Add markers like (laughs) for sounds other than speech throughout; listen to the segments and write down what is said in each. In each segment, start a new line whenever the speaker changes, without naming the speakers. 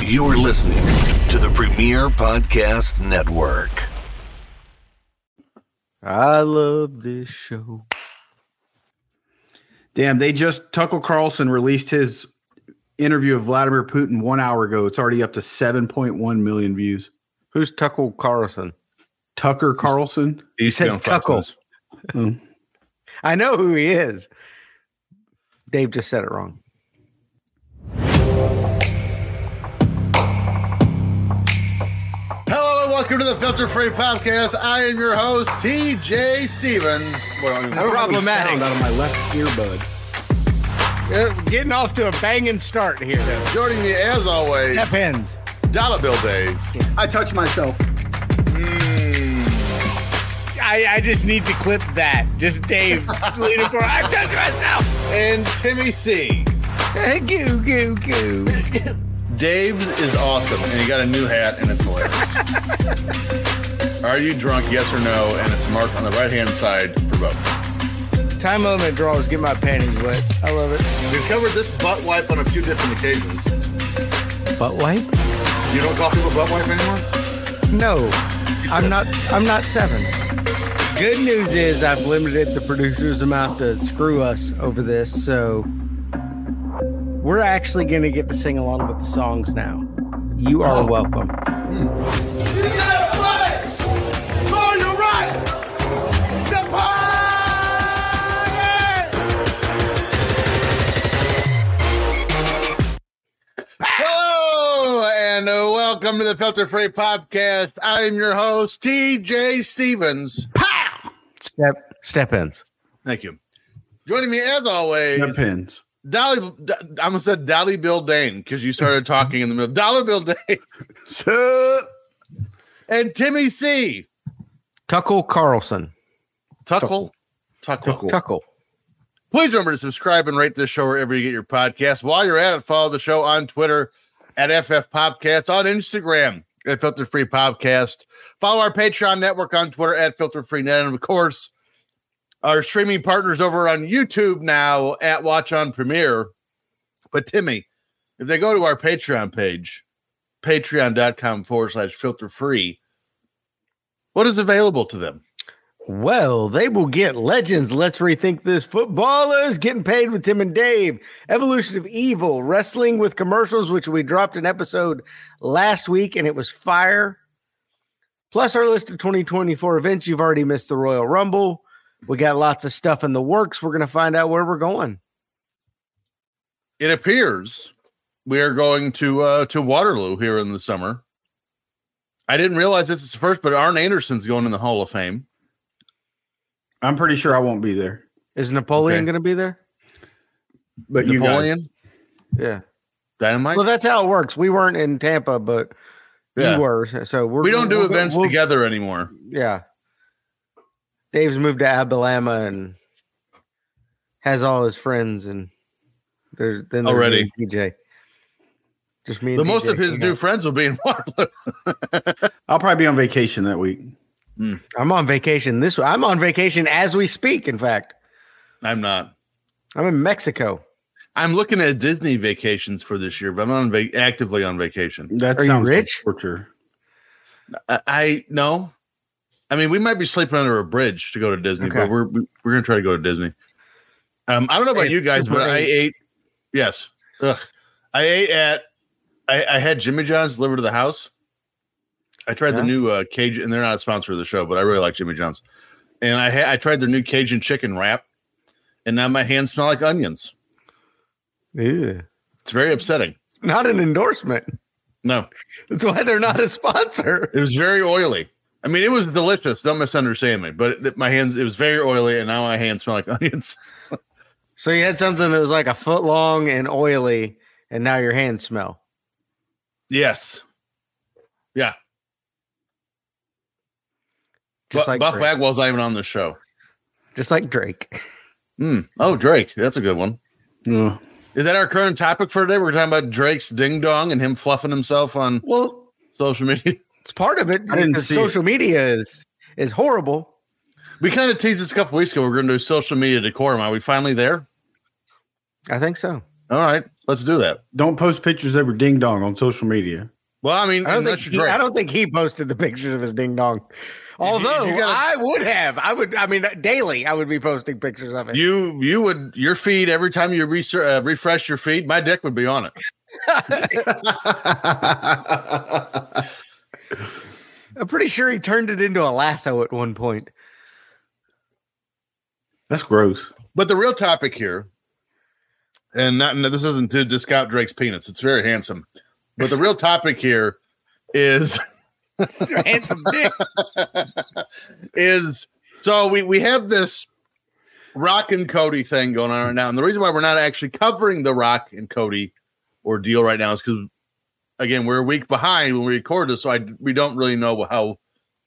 You're listening to the Premier Podcast Network.
I love this show.
Damn, they just Tucker Carlson released his interview of Vladimir Putin one hour ago. It's already up to 7.1 million views.
Who's Tuckle Carlson?
Tucker Carlson.
He used to
said
be on Fox
Tuckle.
News.
Mm.
I know who he is. Dave just said it wrong.
Hello and welcome to the Filter Free Podcast. I am your host, TJ Stevens. Well,
I don't have any
Problematic.
sound Out of my left earbud.
Uh, Getting off to a banging start here, though.
joining me as always,
That ends.
Dollar Bill Dave.
I touch myself.
I, I just need to clip that. Just Dave leaning forward. I've touched myself.
And Timmy C.
Goo, goo, goo.
Dave's is awesome, and he got a new hat, and it's (laughs) hilarious. Are you drunk? Yes or no? And it's marked on the right hand side for vote.
Time element draws. Get my panties wet. I love it.
We've covered this butt wipe on a few different occasions.
Butt wipe?
You don't call people butt wipe anymore?
No, I'm not. I'm not seven. Good news is I've limited the producer's amount to screw us over this, so we're actually going to get to sing along with the songs now. You are welcome.
Hello and uh, welcome to the Filter Free Podcast. I am your host, TJ Stevens.
Step step ins.
Thank you.
Joining me as always,
That pins.
Dolly. D- I'm gonna say Dolly Bill Dane because you started talking in the middle. Dollar Bill Dane
Sup?
and Timmy C.
Tuckle Carlson.
Tuckle. Tuckle.
Tuckle.
Please remember to subscribe and rate this show wherever you get your podcast. While you're at it, follow the show on Twitter at FF Podcast, on Instagram at Filter Free Podcast. Follow our Patreon network on Twitter at Filter Free Net. And of course, our streaming partners over on YouTube now at Watch on Premiere. But Timmy, if they go to our Patreon page, patreon.com forward slash filter free, what is available to them?
Well, they will get legends. Let's rethink this. Footballers getting paid with Tim and Dave. Evolution of Evil. Wrestling with commercials, which we dropped an episode last week and it was fire. Plus, our list of 2024 events. You've already missed the Royal Rumble. We got lots of stuff in the works. We're going to find out where we're going.
it appears we are going to uh to Waterloo here in the summer. I didn't realize this is the first, but Arn Anderson's going in the Hall of Fame.
I'm pretty sure I won't be there.
Is Napoleon
Okay.
going to be there?
But you guys.
Napoleon,
Yeah.
Dynamite.
Well, that's how it works. We weren't in Tampa, but
yeah.
you were. So we're,
we don't do
we'll go-
events
we'll-
together anymore.
Yeah. Dave's moved to Abilama and has all his friends and there's then there's
Already.
me and DJ. Just me and
But most
DJ
of his
hang
new
out.
friends will be in (laughs) Waterloo.
I'll probably be on vacation that week.
I'm on vacation this I'm on vacation as we speak, in fact.
I'm not.
I'm in Mexico.
I'm looking at Disney vacations for this year, but I'm not on va- actively on vacation.
That
Are you
sounds
rich?
like torture.
I, I no. I mean, we might be sleeping under a bridge to go to Disney,
Okay.
but we're we're gonna try to go to Disney. Um, I don't know about
Hey,
you guys, but I
great.
ate. Yes, Ugh. I ate at. I, I had Jimmy John's delivered to the house. I tried
Yeah.
the new uh, Cajun, and they're not a sponsor of the show, but I really like Jimmy John's. And I ha- I tried their new Cajun chicken wrap, and now my hands smell like onions.
Yeah.
It's very upsetting.
Not an endorsement.
No,
That's why they're not a sponsor.
it was very oily. I mean, it was delicious. Don't misunderstand me, but it, my hands it was very oily, and now my hands smell like (laughs) onions.
So you had something that was like a foot long and oily, and now your hands smell.
Yes. Yeah.
Just
Bu-
like
Buff
Drake.
Bagwell's not even on the show.
Just like Drake.
Hmm. Oh, Drake. That's a good one.
Ugh.
Is that our current topic for today? We're talking about Drake's ding dong and him fluffing himself on
Well,
social media. (laughs)
it's part of it
I didn't
because
see it.
social media is is horrible.
We kind of teased this a couple weeks ago. We're going to do social media decorum. Are we finally there?
I think so.
All right, let's do that.
Don't post pictures of your ding dong on social (laughs) media.
Well, I mean,
I don't, think
unless
he,
you're
I
drunk.
don't think he posted the pictures of his ding dong. Although
you gotta-
I would have, I would. I mean, daily I would be posting pictures of it.
You you would your feed every time you research, uh, refresh your feed, my dick would be on it.
I'm pretty sure he turned it into a lasso at one point.
That's gross.
But the real topic here, and not no, this isn't to discount Drake's penis. It's very handsome. But the real topic here is
Handsome dick.
is so we we have this Rock and Cody thing going on right now, and the reason why we're not actually covering the Rock and Cody ordeal right now is because again we're a week behind when we record this, so I we don't really know how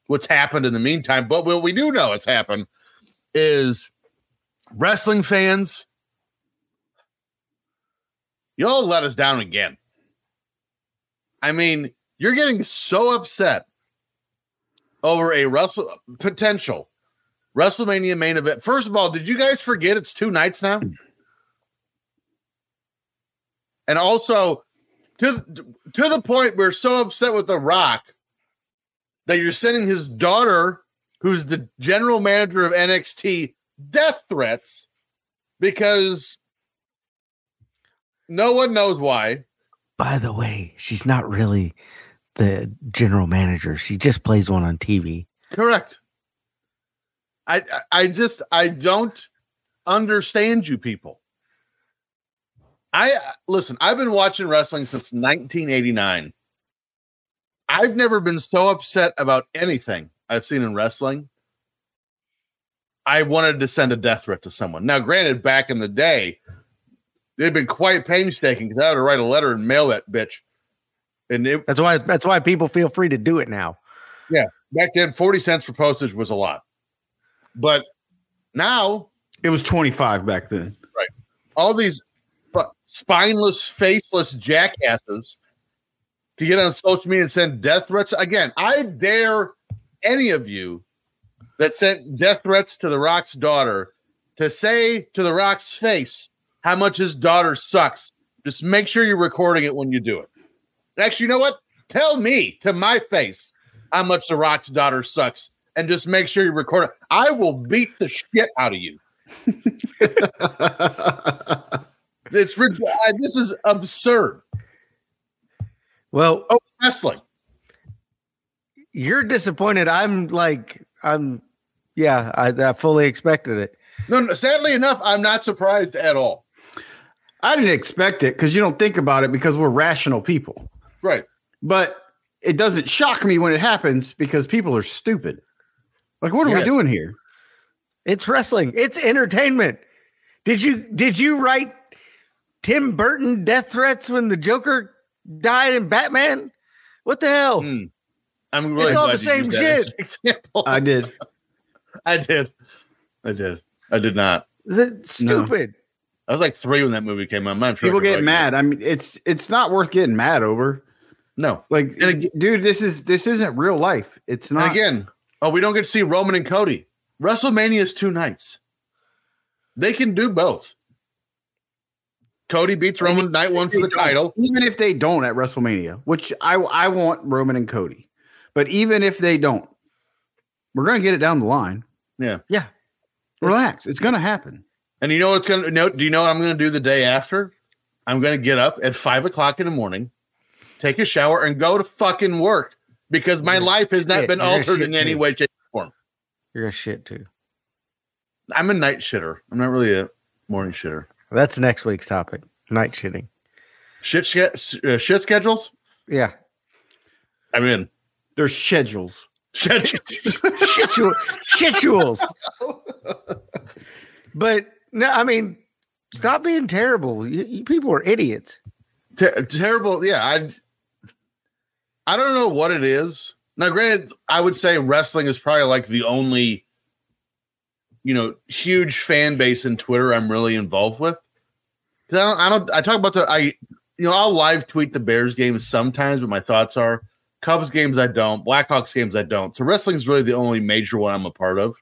what's happened in the meantime. But what we do know has happened is wrestling fans, y'all let us down again. I mean, you're getting so upset over a Wrestle potential WrestleMania main event. First of all, did you guys forget it's two nights now? And also, to to the point we're so upset with The Rock that you're sending his daughter, who's the general manager of NXT, death threats because no one knows why.
(laughs) By the way, she's not really the general manager. She just plays one on TV.
Correct. I I- I just I don't understand you people. I listen, I've been watching wrestling since 1989. I've never been so upset about anything I've seen in wrestling. I wanted to send a death threat to someone. Now, granted, back in the day, they'd been quite painstaking because I had to write a letter and mail that bitch. And it,
That's why. That's why people feel free to do it now.
back then 40 cents for postage was a lot but now
It was 25 back then.
all these fu- spineless faceless jackasses to get on social media and send death threats again i dare any of you that sent death threats to the rock's daughter to say to the rock's face how much his daughter sucks just make sure you're recording it when you do it actually you know what tell me to my face how much the rock's daughter sucks and just make sure you record it i will beat the shit out of you it's rid- I- this is absurd
Well,
oh wrestling
you're disappointed. I'm like, I'm. Yeah, I, I fully expected it.
no, no sadly enough i'm not surprised at all
I didn't expect it because you don't think about it because we're rational people.
right
But it doesn't shock me when it happens because people are stupid. Like, what are
Yes.
we doing here?
It's wrestling. It's entertainment. Did you did you write Tim Burton death threats when the Joker died in Batman? What the hell?
Mm. i'm really
It's all
glad
the
you
same
used that as
shit.
an (laughs) example
I did.
i did i did i did not
That's stupid.
i was like three when that movie came out i'm sure I
People
could
get
write-
mad. I mean, it's it's not worth getting mad over.
no
Like,
And ag-
dude, this is this isn't real life. It's not.
And again, oh, we don't get to see Roman and Cody. WrestleMania is two nights. They can do both. Cody beats Roman night one for the title.
even if they don't at WrestleMania, which I I want Roman and Cody, but even if they don't, we're gonna get it down the line.
Yeah.
Yeah.
Relax, it's, gonna happen.
And you know what's gonna no, do you know what I'm gonna do the day after? I'm gonna get up at five o'clock in the morning, take a shower, and go to fucking work because my
You're a
life has not
shit.
been
You're a
altered
shit
in any
kid.
way, shape,
You're a shit too.
I'm a night shitter. I'm not really a morning shitter.
That's next week's topic. Night shitting.
Shit, sch- uh, shit schedules.
Yeah.
I'm in.
There's schedules.
Shit.
(laughs) Shitu- Shitules. (laughs) but no, I mean, stop being terrible. You, you people are idiots.
Ter- terrible. Yeah, I I don't know what it is. Now, granted, I would say wrestling is probably like the only you know huge fan base in Twitter I'm really involved with. 'Cause I don't, I don't. I talk about the I you know I'll live tweet the Bears games sometimes, but my thoughts are Cubs games I don't, Blackhawks games I don't. So wrestling's really the only major one I'm a part of.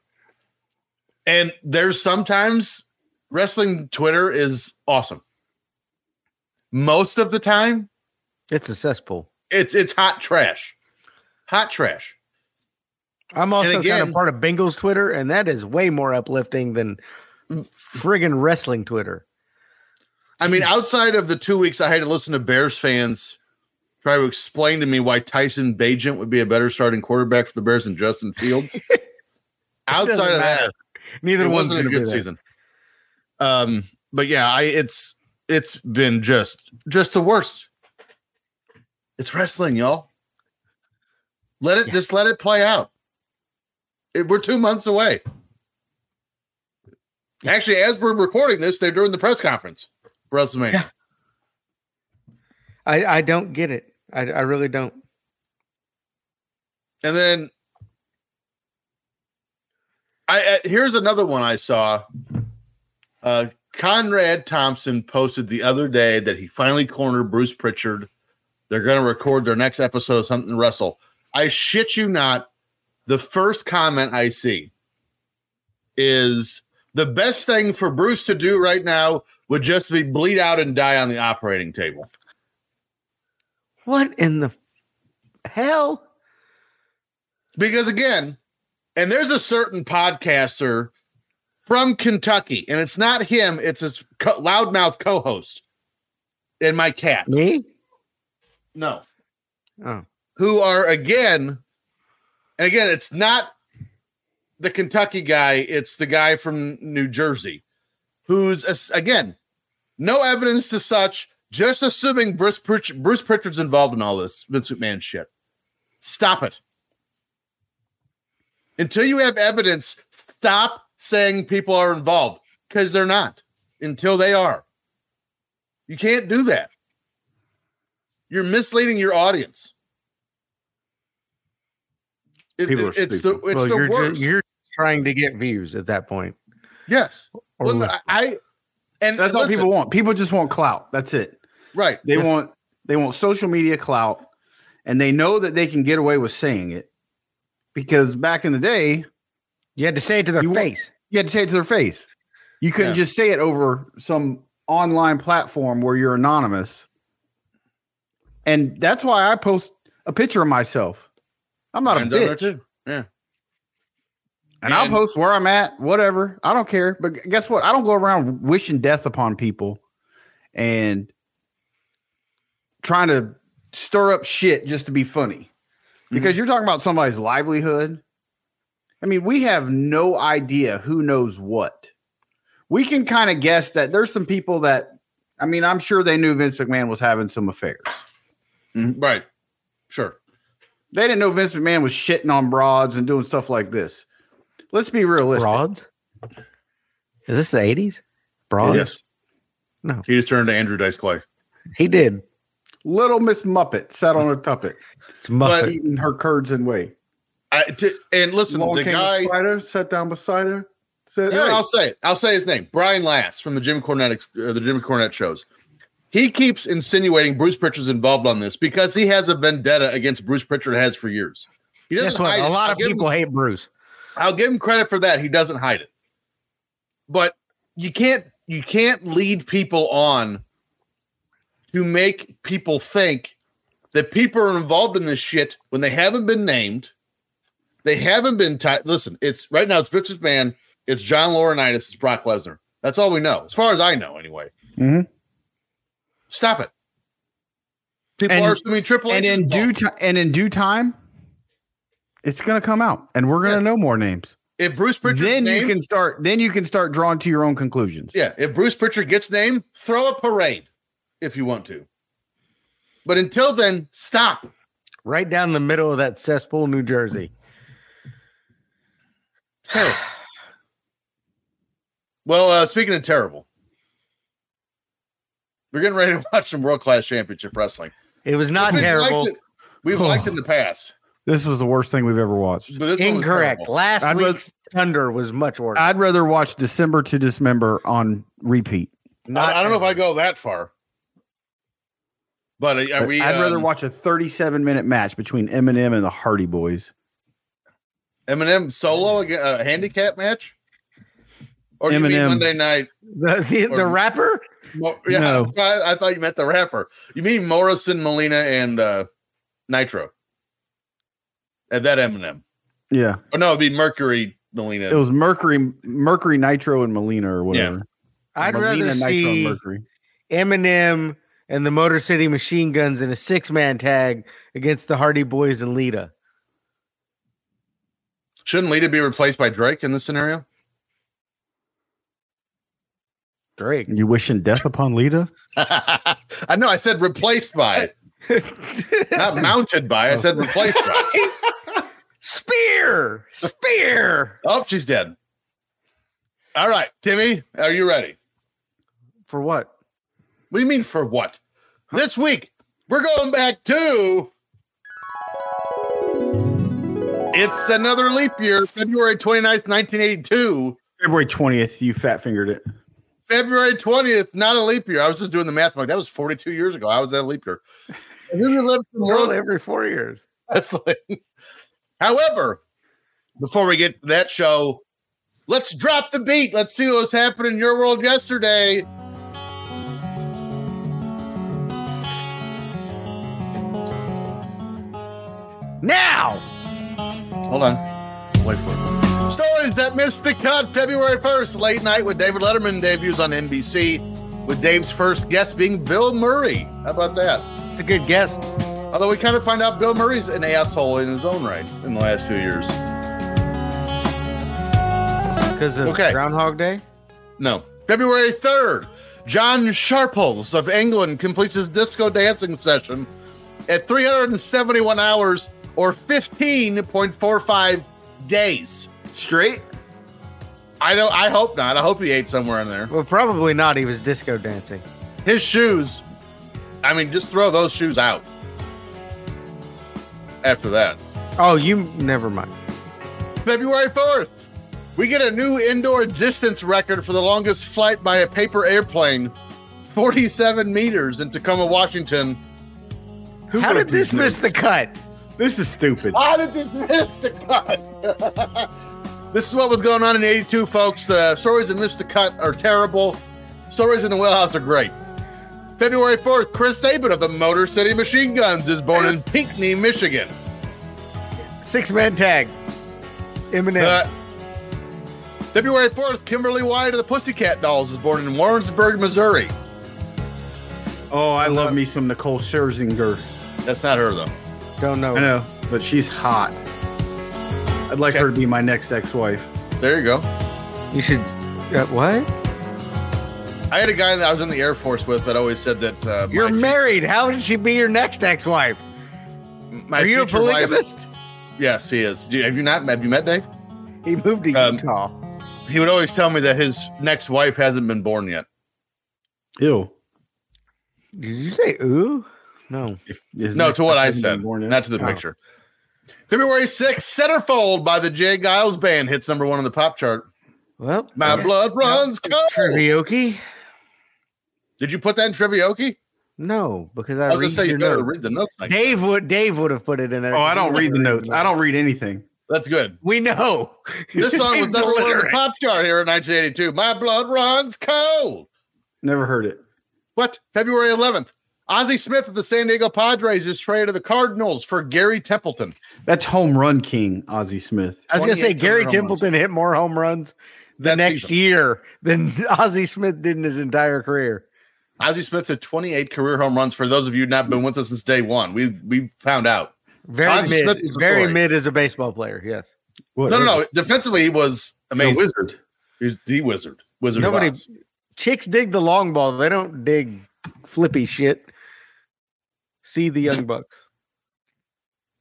And there's sometimes wrestling Twitter is awesome. most of the time
It's a cesspool.
it's it's hot trash. Hot trash.
I'm also kind
again-
of part of Bengals Twitter, and that is way more uplifting than
Mm.
friggin' wrestling Twitter.
I mean, outside of the two weeks I had to listen to Bears fans try to explain to me why Tyson Bajent would be a better starting quarterback for the Bears than Justin Fields. outside of that,
matter. Neither
it
one's
wasn't
going
a
to be
good
that.
season. Um, but yeah, I it's it's been just just the worst. It's wrestling, y'all. Let it
Yeah.
just let it play out. It- we're two months away. Actually, as we're recording this, they're doing the press conference for WrestleMania.
Yeah. I, I don't get it. I, I really don't.
And then I uh, here's another one I saw. Uh, Conrad Thompson posted the other day that he finally cornered Bruce Pritchard. They're going to record their next episode of Something to Wrestle. I shit you not. The first comment I see is the best thing for Bruce to do right now would just be bleed out and die on the operating table.
What in the hell?
because again, and there's a certain podcaster from Kentucky, and it's not him; it's his co- loudmouth co-host and my cat.
Me?
No,
Oh,
who are again, and again, it's not the Kentucky guy; it's the guy from New Jersey, who's as- again no evidence to such. Just assuming Bruce, Pritch- Bruce Pritchard's involved in all this Vince McMahon shit. Stop it. Until you have evidence, stop saying people are involved because they're not until they are. You can't do that. You're misleading your audience. It-
People are
it- it's the
stupid.
it's
well,
the
you're, ju-
worst.
you're trying to get views at that point.
yes.
Or
Well,
listen.
I and
That's all
listen,
people want. People just want clout. That's it.
Right.
They
Yeah.
want they want social media clout, and they know that they can get away with saying it because back in the day,
you had to say it to their
You want-
face.
you had to say it to their face. You couldn't
Yeah.
just say it over some online platform where you're anonymous. And that's why I post a picture of myself. I'm not
Mine's
a
on there
bitch.
too. Yeah.
And I'll
And-
post where I'm at, whatever. I don't care. But gu- guess what? I don't go around wishing death upon people and trying to stir up shit just to be funny. Because you're talking about somebody's livelihood. I mean, we have no idea who knows what. We can kind of guess that there's some people that, I mean, I'm sure they knew Vince McMahon was having some affairs. Mm-hmm.
Mhm. Right. Sure.
They didn't know Vince McMahon was shitting on broads and doing stuff like this. Let's be realistic.
Broads? Is this the 80s? Broads?
Yes.
No.
He just turned to Andrew Dice Clay.
He did.
Little Miss Muppet sat
(laughs)
on a tuppet,
It's Muffet.
eating her curds and whey.
I, to, and listen,
Along
the
came a
guy.
spider, sat down beside her, said,
You know,
"Hey."
I'll say it. I'll say his name, Brian Last from the Jim Cornette ex- uh, the Jim Cornette shows. He keeps insinuating Bruce Pritchard's involved on this because he has a vendetta against Bruce Pritchard has for years. He doesn't
Guess what?
hide
A
it.
lot
I'll
of
give him-
people hate Bruce.
I'll give him credit for that. He doesn't hide it. But you can't you can't lead people on to make people think that people are involved in this shit when they haven't been named. They haven't been ti Listen, it's right now. It's Vince McMahon. It's John Laurinaitis. It's Brock Lesnar. That's all we know, as far as I know, anyway.
Mhm.
Stop it. People
And-
are assuming Triple H
and
is
in
involved.
due time, and in due time, it's gonna come out, and we're gonna
Yes.
know more names.
if Bruce Pritchard,
then
named,
you can start. Then you can start drawing to your own conclusions.
Yeah, if Bruce Pritchard gets named, throw a parade if you want to. But until then, stop.
Right down the middle of that cesspool, New Jersey.
Terrible. well, uh, speaking of terrible, we're getting ready to (laughs) watch some world class championship wrestling.
It was not
We've
terrible.
liked it- we've liked it in the past,
This was the worst thing we've ever watched.
but this one was
Incorrect.
terrible.
Last
I'd rather-
week's Thunder was much worse.
I'd rather watch December to Dismember on repeat.
I, I don't know if I
terrible.
go that far, but are we?
I'd rather
um,
watch a 37 minute match between Eminem and the Hardy Boys.
Eminem solo again, a handicap match, or do you mean
Eminem.
Monday night
(laughs) The the, the
Or-
rapper?
Mo- (laughs) yeah,
No.
I, I thought you meant the rapper. You mean Morrison, Molina, and uh, Nitro, and that Eminem.
Yeah,
Oh no, it'd be Mercury, Molina.
it was Mercury, Mercury Nitro and Molina or whatever.
I'd
Molina,
rather
Nitro, and
see
Mercury.
Eminem and the Motor City Machine Guns in a six man tag against the Hardy Boys and Lita.
Shouldn't Lita be replaced by Drake in this scenario? (laughs)
Drake.
You wishing death upon Lita?
I know I said replaced by,
(laughs)
not mounted by. I
Oh.
said replaced by.
Spear!
(laughs)
Spear!
Oh, she's dead. All right, Timmy, are you ready?
For what?
What do you mean for what? This week, we're going back to. It's another leap year, February 29th, 1982.
February twentieth, you fat fingered it.
February 20th, not a leap year. I was just doing the math. I'm like, that was 42 years ago. I was at a leap year. And then we left the
World
world
every four years.
wrestling. (laughs) However, before we get to that show, let's drop the beat. Let's see what was happening in your world yesterday.
Now!
Hold on. Wait for it. Stories that missed the cut. February 1st, late night with David Letterman debuts on NBC, with Dave's first guest being Bill Murray. How about that?
It's a good guess.
Although we kind of find out Bill Murray's an asshole in his own right in the last few years.
Because of
Okay.
Groundhog Day?
No. February 3rd, John Sharples of England completes his disco dancing session at 371 hours or 15.45 days.
Straight.
I don't I hope not. I hope he ate somewhere in there.
Well, probably not. He was disco dancing.
His shoes, I mean, just throw those shoes out. After that.
Oh, you never mind.
February 4th, we get a new indoor distance record for the longest flight by a paper airplane, 47 meters in Tacoma, Washington.
Who
How did
wrote
this
these
miss the
notes?
cut?
This is stupid.
How did this miss the cut? (laughs) this is what was going on in 82, folks. The stories that missed the cut are terrible. Stories in the wheelhouse are great. February 4th, Chris Saban of the Motor City Machine Guns is born in Pinckney, Michigan.
Six man tag. Eminem.
Uh, February 4th, Kimberly White of the Pussycat Dolls is born in Warrensburg, Missouri.
Oh, I love
Uh,
me some Nicole Scherzinger.
That's not her, though.
Don't know.
I know, but she's hot. I'd like
Okay.
her to be my next ex-wife.
There you go.
You should. Uh, what?
I had a guy that I was in the Air Force with that always said that uh,
You're
my,
married. How would she be your next ex wife?
fu- my
Are you a
future wife-
polygamist?
yes, he is. Do you- have you not? Have you met Dave?
He moved to
Um,
Utah.
He would always tell me that his next wife hasn't been born yet.
Ew.
Did you say ooh? No.
His
no,
next
to what
wife
I
hasn't been
said,
born yet.
not to the
Oh.
picture. February 6th, Centerfold by the Jay Giles Band hits number one on the pop chart.
Well,
My blood runs cold.
karaoke?
Did you put that in Trivioki?
No, because
I
I,
was
read
going to say, you
your
better
notes.
read the notes. Like,
Dave would Dave would have put it in there.
Oh, I don't read the notes. I don't read anything.
That's good.
We know
(laughs) This song
Dave's
was number one on the
illiterate.
pop chart here in 1982. My blood runs cold.
Never heard it.
What? February 11th. Ozzie Smith of the San Diego Padres is traded to the Cardinals for Gary Templeton.
That's home run king, Ozzy Smith.
I was gonna say
28
Gary
home runs.
Templeton hit more home runs the
That
next
season.
year than (laughs) Ozzie Smith did in his entire career.
Ozzie Smith had 28 career home runs. For those of you who've not been with us since day one, we we found out.
Very mid,
Ozzie Smith is a
very
story.
mid as a baseball player. Yes,
What,
No, no,
what-
no. Defensively, he was amazing.
wizard.
He was the wizard. Wizard.
Nobody-
Nobody.
chicks dig the long ball. They don't dig flippy shit. See the young bucks.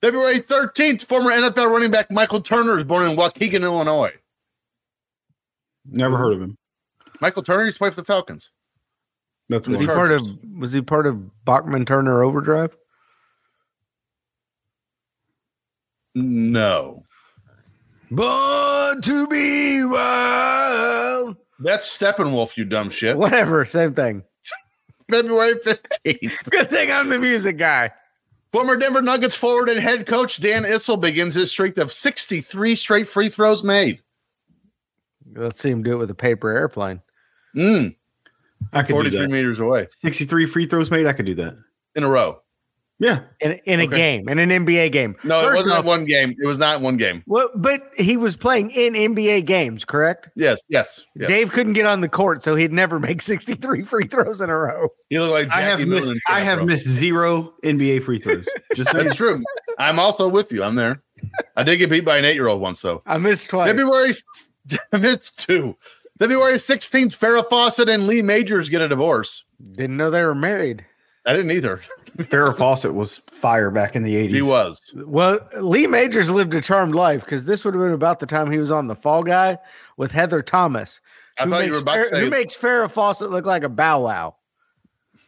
February 13th, former NFL running back Michael Turner is born in Waukegan, Illinois.
Never heard of him.
Michael Turner used to play for the Falcons.
That's
Was
The
he
what.
part of?
Chargers.
Was he part of Bachman Turner Overdrive?
No.
Born to be wild.
That's Steppenwolf, you dumb shit.
Whatever, same thing.
February 15th.
Good thing I'm the music guy.
Former Denver Nuggets forward and head coach Dan Issel begins his streak of 63 straight free throws made.
Let's see him do it with a paper airplane.
Mm.
I could do
43
that.
meters away
63 free throws made. I could do that.
in a row.
Yeah.
in, in a
Okay.
game, in an NBA game.
No,
First
it wasn't
off-
one game. It was not one game.
Well, but he was playing in NBA games, correct?
Yes, yes. yes.
Dave couldn't get on the court, so he'd never (laughs) make 63 free throws in a row.
He looked like Jackie
I have
Millen
missed
in
I
Shrek,
have
bro.
missed zero NBA free throws.
(laughs)
Just so you
That's true. I'm also with you. I'm there. I did get beat by an eight year old once though.
I missed twice.
February s- (laughs) it's two. February 16th, Farrah Fawcett and Lee Majors get a divorce.
Didn't know they were married.
I didn't either.
Farrah Fawcett was fire back in the 80s.
He was.
Well, Lee Majors lived a charmed life because this would have been about the time he was on The Fall Guy with Heather Thomas.
I
who
thought you
makes
were about to
Farrah-
say
Who makes Farrah Fawcett look like a bow wow?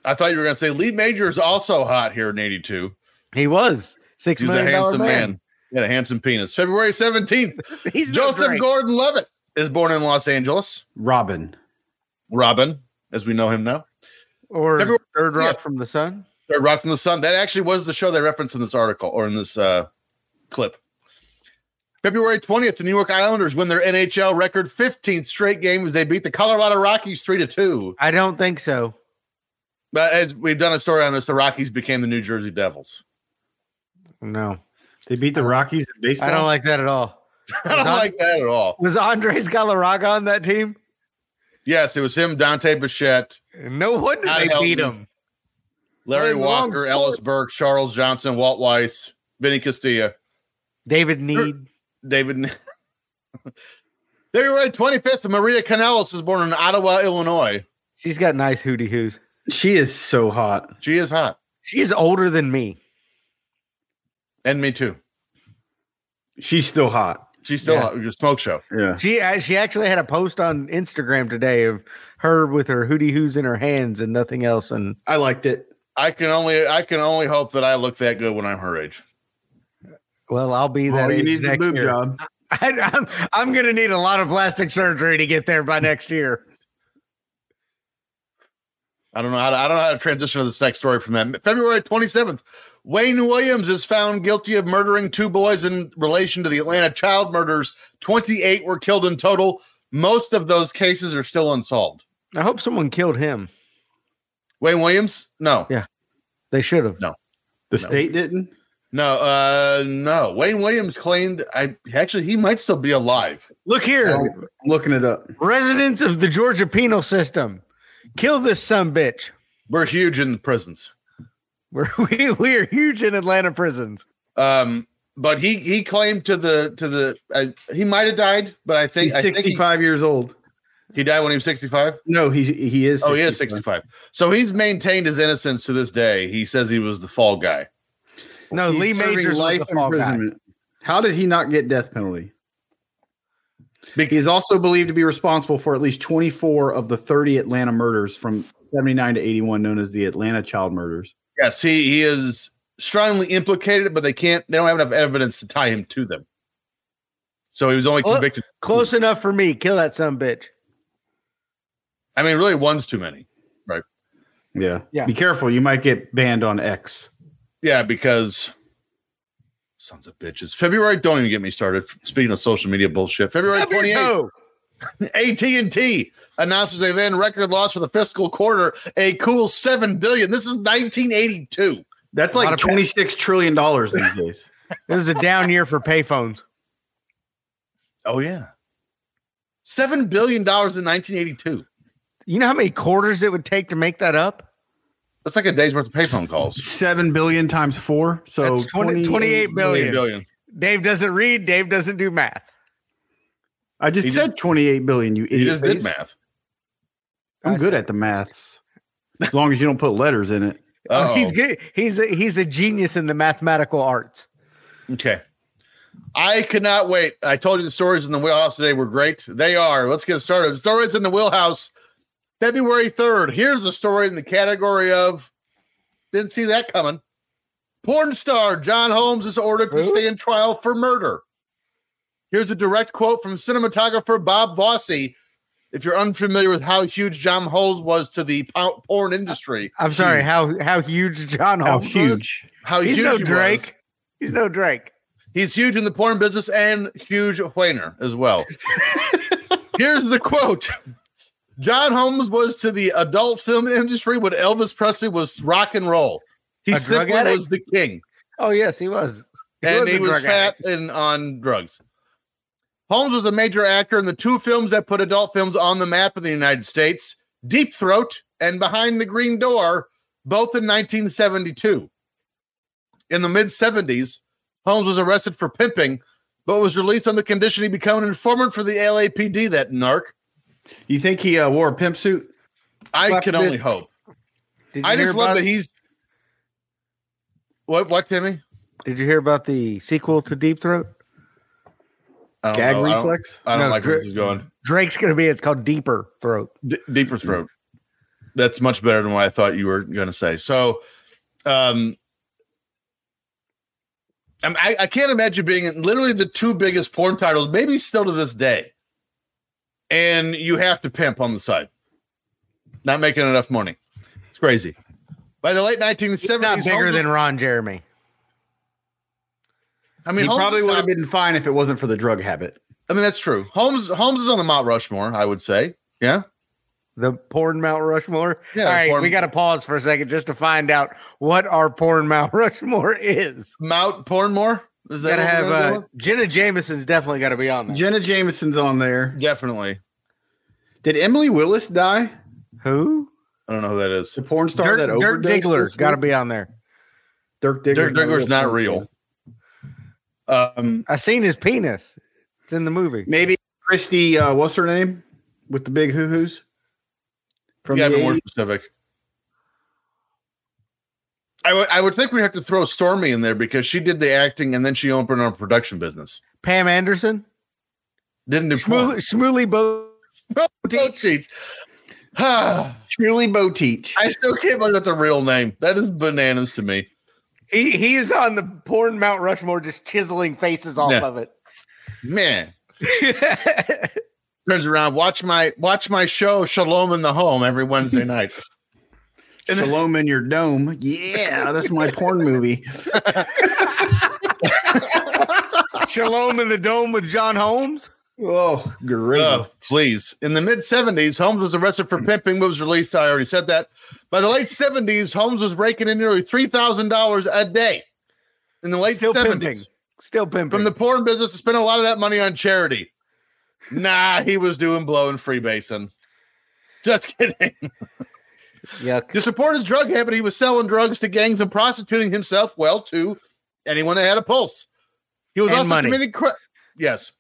I thought you were gonna say Lee Majors also hot here in 82.
He was six
He was a
million dollar
handsome man.
man.
He had a handsome penis. February 17th,
(laughs) He's not
Joseph
great.
Gordon Levitt is born in Los Angeles.
Robin.
Robin, as we know him now.
or
February-
Third Rock
yeah.
from the Sun.
Third Rock from the Sun. That actually was the show they referenced in this article or in this uh, clip. February 20th, the New York Islanders win their NHL record 15th straight game as they beat the Colorado Rockies 3 to 2.
I don't think so.
But as we've done a story on this, the Rockies became the New Jersey Devils. (laughs)
No,
They beat the Rockies in baseball.
I don't like that at all.
I don't
Is that-
like that at all.
Was Andres Galarraga on that team?
Yes, it was him, Dante Bichette,
No wonder
Not
they
Helton.
beat him.
Larry
Playing the wrong
Walker,
sport.
Ellis Burke, Charles Johnson, Walt Weiss, Vinny Castilla.
David Need.
David. (laughs) February 25th, Maria Canales is born in Ottawa, Illinois.
She's got nice hootie hoos.
She is so hot.
She is hot.
She's older than me.
And me too.
She's still hot.
She's still
Yeah.
hot. Your smoke show.
Yeah.
She a- she actually had a post on Instagram today of her with her hootie hoos in her hands and nothing else. And
I liked it.
I can only I can only hope that I look that good when I'm her age.
well, I'll be that
All you
age
need is a
next
boob
year. (laughs)
job.
I, am I'm gonna need a lot of plastic surgery to get there by next year.
I don't know how to I don't know how to transition to this next story from that. February 27th, Wayne Williams is found guilty of murdering two boys in relation to the Atlanta child murders. 28 were killed in total. Most of those cases are still unsolved.
I hope someone killed him.
Wayne Williams? No.
They should have.
the
No.
state didn't.
No, uh no. Wayne Williams claimed I actually he might still be alive.
Look here,
Oh.
I'm looking it up.
residents of the Georgia penal system, kill this some bitch. (laughs)
We're huge in the prisons.
We're, we we are huge in Atlanta prisons.
Um but he he claimed to the to the uh, he might have died, but I think
He's
I think he-
65 years old.
he died when he was 65.
No, he he is.
Oh, he is 65. So he's maintained his innocence to this day. He says he was the fall guy.
No,
He's
Lee
serving
Majors life was the fall guy.
How did he not get death penalty? He's also believed to be responsible for at least 24 of the 30 Atlanta murders from 79 to 81, known as the Atlanta child murders.
Yes, he he is strongly implicated, but they can't they don't have enough evidence to tie him to them. So he was only
Well-
convicted.
Close enough for me. Kill that some bitch.
I mean, really one's too many.
Yeah.
Yeah.
Be careful. You might get banned on X.
Yeah, because sons of bitches. February, don't even get me started. Speaking of social media bullshit, February
Stub your toe.
28th, AT&T announces they've in record loss for the fiscal quarter, a cool 7 billion. This is 1982.
That's
A lot
like
of-
$26 trillion dollars (laughs) these days.
It was a down year for payphones.
Oh yeah. 7 billion dollars in 1982.
You know how many quarters it would take to make that up?
That's like a day's worth of payphone calls.
7 billion times four. So
That's 20 28 billion.
7 billion.
Dave doesn't read. Dave doesn't do math.
I just
He
said 28 billion. You idiot.
He just
face.
did math.
I'm good at the (laughs) maths. As long as you don't put letters in it.
Oh,
He's good. He's a, he's a genius in the mathematical arts.
Okay. I cannot wait. I told you the stories in the wheelhouse today were great. They are. Let's get started. Stories in the wheelhouse, February 3rd. Here's a story in the category of didn't see that coming. Porn star John Holmes is ordered to
Who?
stand trial for murder. Here's a direct quote from cinematographer Bob Vossi. If you're unfamiliar with how huge John Holmes was to the po- porn industry,
I'm sorry. How how huge John
How
Holmes? was?
Oh, huge.
how
He's
huge
no
he was.
Drake. He's no Drake.
He's huge in the
(laughs)
porn business and huge whaner as well. Here's the quote John Holmes was to the adult film industry what Elvis Presley was rock and roll. He
A drug
simply
addict?
was the king.
Oh yes, he was.
and
was
he
a
was
drug
fat and on drugs. Holmes was a major actor in the two films that put adult films on the map in the United States Deep Throat and Behind the Green Door, both in 1972. In the mid 70s, Holmes was arrested for pimping, but was released on the condition he become an informant for the LAPD, that narc.
You think he uh, wore a pimp suit?
I
Slap
can
it.
only hope.
Did you
I
hear
just love
about-
that he's. What, what, Timmy?
Did you hear about the sequel to Deep Throat?
I don't
Gag
know. I don't-
reflex?
I don't,
No,
like where
Dri-
this is going.
Drake's gonna be. It's called Deeper Throat.
D- deeper
Mm-hmm.
throat. That's much better than what I thought you were going to say. So, um, I'm- I, I can't imagine being in literally the two biggest porn titles, maybe still to this day. And you have to pimp on the side, not making enough money. It's crazy. By the late 1970s,
He's not bigger
Holmes-
than Ron Jeremy.
I mean,
he
Holmes
probably
is
would
not-
have been fine if it wasn't for the drug habit.
I mean, that's true. Holmes Holmes is on the Mount Rushmore, I would say. Yeah.
The porn Mount Rushmore.
Yeah,
All right,
porn-
we got to pause for a second just to find out what our porn Mount (laughs) Rushmore is.
Mount Pornmore. Is
Gotta
what
have
we're gonna
uh,
go with?
Jenna Jameson's definitely got to be on there.
Jenna Jameson's on there.
definitely.
Did Emily Willis die?
Who?
I don't know who that is.
The porn star
Dirk,
that
Dirk
overdosed.
Diggler
this
got to
week?
be on there.
Dirk Diggler.
Dirk Diggler's not real. Um,
I seen his penis. It's in the movie.
Maybe Christy, uh, what's her name? With the big hoo hoos? From
you gotta
the
be more
80s?
specific. I would I would think we have to throw Stormy in there because she did the acting and then she opened her production business.
Pam Anderson.
Didn't do
Shmooly,
porn.
Shmooly Bo.
Don't cheat. (sighs) I
Shirley Boteach.
still can't believe that's a real name. That is bananas to me.
He, he is on the porn Mount Rushmore, just chiseling faces off
Yeah.
of it.
Man. Turns around, watch my watch my show Shalom in the Home every Wednesday (laughs) night. And then-
Shalom in your dome. Yeah, that's my porn movie.
(laughs)
(laughs)
Shalom in the Dome with John Holmes.
Oh, great.
Oh, please. In the mid 70s, Holmes was arrested for pimping, but was released. I already said that. By the late 70s, Holmes was raking in nearly $3,000 a day. In the late
Still
70s,
pimping. Still pimping.
from the porn business, to spend a lot of that money on charity. Nah, he was doing blow and freebasing. Just kidding.
Yuck.
To support his drug habit, he was selling drugs to gangs and prostituting himself, well, to anyone that had a pulse. He was
And
also
money.
committing cre- yes.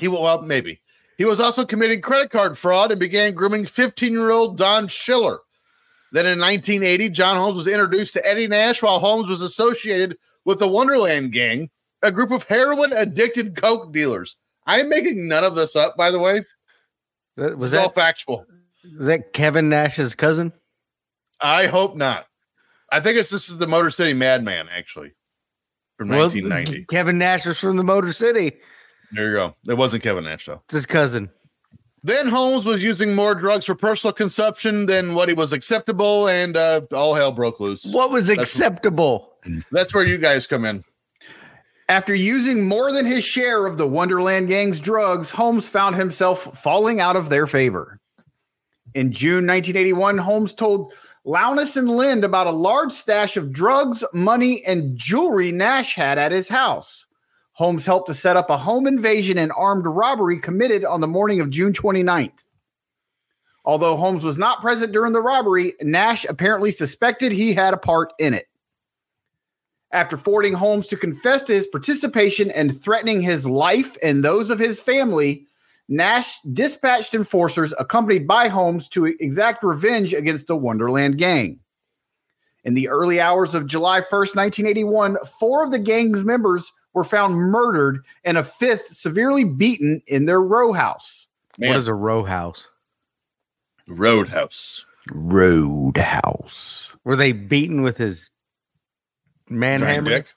He wa- well, maybe. He was also committing credit card fraud and began grooming 15-year-old Don Schiller. Then in 1980, John Holmes was introduced to Eddie Nash while Holmes was associated with the Wonderland Gang, a group of heroin addicted coke dealers. I am making none of this up, by the way.
That-
Was
was,
all
that,
factual.
was that Kevin Nash's cousin?
I hope not. I think it's this is the Motor City Madman actually from
Well,
1990.
(laughs) Kevin Nash was from the Motor City.
There you go. It wasn't Kevin Nash though.
It's his cousin.
Then Holmes was using more drugs for personal consumption than what he was acceptable, and uh, all hell broke loose.
What was acceptable?
That's where you guys come in.
After using more than his share of the Wonderland Gang's drugs, Holmes found himself falling out of their favor. In June 1981, Holmes told Lowness and Lind about a large stash of drugs, money, and jewelry Nash had at his house. Holmes helped to set up a home invasion and armed robbery committed on the morning of June 29th. Although Holmes was not present during the robbery, Nash apparently suspected he had a part in it after forcing Holmes to confess to his participation and threatening his life and those of his family. Nash dispatched enforcers accompanied by Holmes to exact revenge against the Wonderland Gang. In the early hours of July 1st, 1981, four of the gang's members were found murdered and a fifth severely beaten in their row house.
Man.
What is a row house?
Roadhouse.
Roadhouse.
Were they beaten with his man
Giant
hammer?
dick.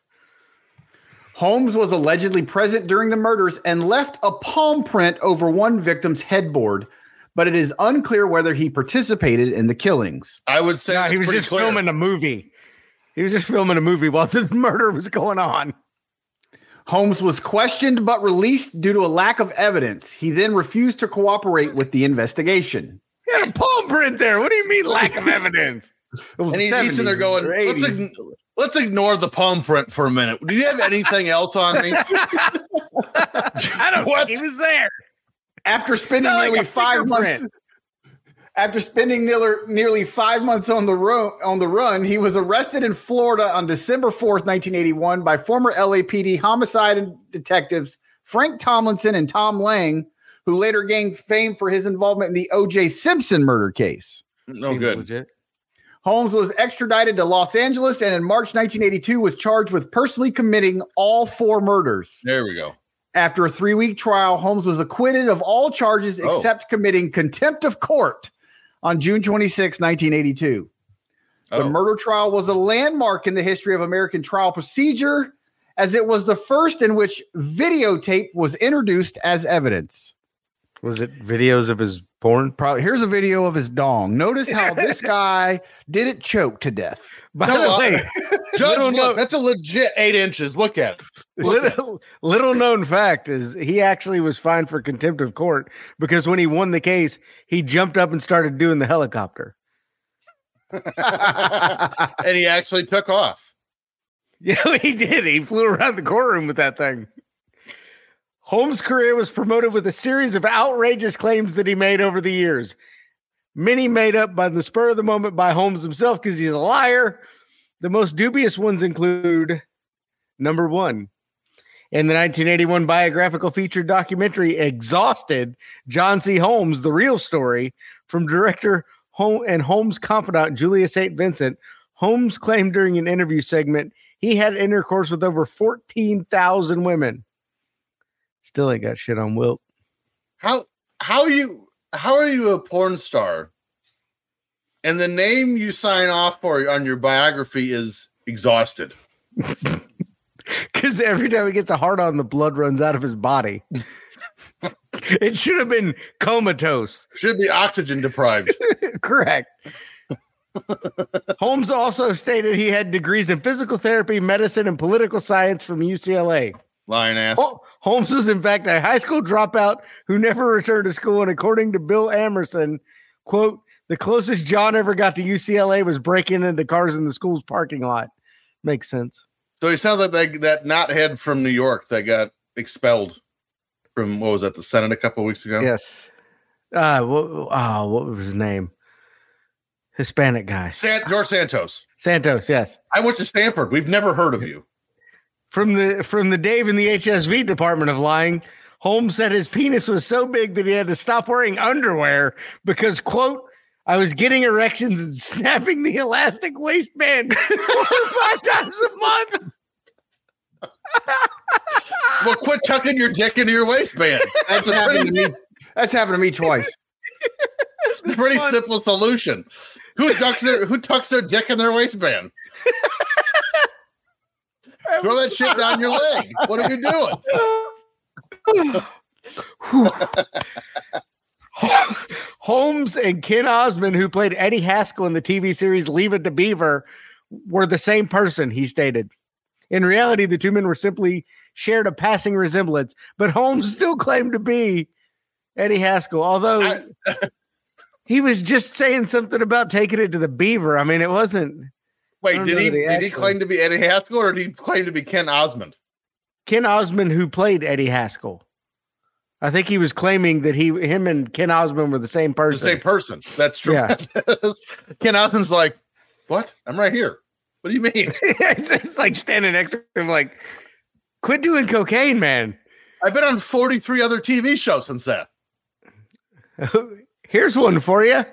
Holmes was allegedly present during the murders and left a palm print over one victim's headboard, but it is unclear whether he participated in the killings.
I would say
No,
that's
he was
pretty
just
clear.
filming a movie. He was just filming a movie while (laughs) the murder was going on.
Holmes was questioned but released due to a lack of evidence. He then refused to cooperate with the investigation.
had a palm print there. What do you mean lack of evidence?
It was the
And he's, he's
70s.
sitting there going,
or
let's,
80s.
ign- let's ignore the palm print for a minute. Do you have anything else on
(laughs)
me?
I
(laughs)
don't
What?
think he was there.
after spending
No, like
nearly
a
five
finger
months. After spending nearly, nearly five months on the road on the run, he was arrested in Florida on December fourth, nineteen eighty one, by former LAPD homicide and detectives Frank Tomlinson and Tom Lang, who later gained fame for his involvement in the O.J. Simpson murder case.
No good.
Legit.
Holmes was extradited to Los Angeles and in March 1982 was charged with personally committing all four murders.
There we go.
After a three week trial, Holmes was acquitted of all charges
Oh.
except committing contempt of court on June 26, 1982. The
Oh.
murder trial was a landmark in the history of American trial procedure, as it was the first in which videotape was introduced as evidence.
Was it videos of his porn?
Probably here's a video of his dong. Notice
(laughs)
how this guy didn't choke to death.
By
No,
the
I-
way,
Judge,
Little
look,
note-
that's a legit eight inches. Look at it. (laughs) Look at it.
little, little known fact is he actually was fined for contempt of court because when he won the case, he jumped up and started doing the helicopter.
(laughs) and he actually took off.
(laughs) Yeah, he did. He flew around the courtroom with that thing. Holmes' career was promoted with a series of outrageous claims that he made over the years. Many made up by the spur of the moment by Holmes himself because he's a liar. The most dubious ones include number one, in the 1981 biographical feature documentary Exhausted, John C. Holmes, The Real Story, from director Hol- and Holmes' confidant Julia St. Vincent, Holmes claimed during an interview segment he had intercourse with over 14,000 women. Still ain't got shit on Wilt. (laughs)
How how you how are you a porn star? And the name you sign off for on your biography is exhausted.
Because every time he gets a heart on, the blood runs out of his body. (laughs) it should have been comatose.
Should be oxygen deprived.
Correct. (laughs) Holmes also stated he had degrees in physical therapy, medicine, and political science from UCLA.
Lion ass.
Hol- Oh, Holmes was, in fact, a high school dropout who never returned to school. And according to Bill Amerson, quote, the closest John ever got to UCLA was breaking into cars in the school's parking lot. Makes sense.
So he sounds like that that knothead from New York that got expelled from what was that the Senate a couple weeks ago?
Yes. Uh, what, oh, what was his name? Hispanic guy.
San- George Santos.
Santos, yes.
I went to Stanford. We've never heard of you.
From the from the Dave in the HSV department of lying, Holmes said his penis was so big that he had to stop wearing underwear because quote, I was getting erections and (laughs) snapping the elastic waistband four or five times a month.
Well, quit tucking your dick into your waistband.
That's happened to me.
(laughs)
That's happened to me twice.
It's a pretty
Fun.
simple solution. Who tucks their who tucks their dick in their waistband?
(laughs)
Throw that shit down your leg. What are you doing?
Whew. Holmes and Ken Osmond, who played Eddie Haskell in the TV series Leave It to Beaver, were the same person, he stated. In reality, the two men were simply shared a passing resemblance, but Holmes still claimed to be Eddie Haskell, although
I-
(laughs) he was just saying something about taking it to the beaver. I mean, it wasn't I
Wait,
don't
did
know
he
that he
did he
actually-
claim to be Eddie Haskell or did he claim to be Ken Osmond?
Ken Osmond who played Eddie Haskell. I think he was claiming that he him and Ken Osmond were the same
The
person.
same person. That's true.
Yeah.
(laughs) Ken Osmond's like, what? I'm right here. What do you
(laughs)
mean?
it's, it's like standing next to him, like, quit doing cocaine, man. (laughs)
I've been on 43 other TV shows since that.
Here's one for you.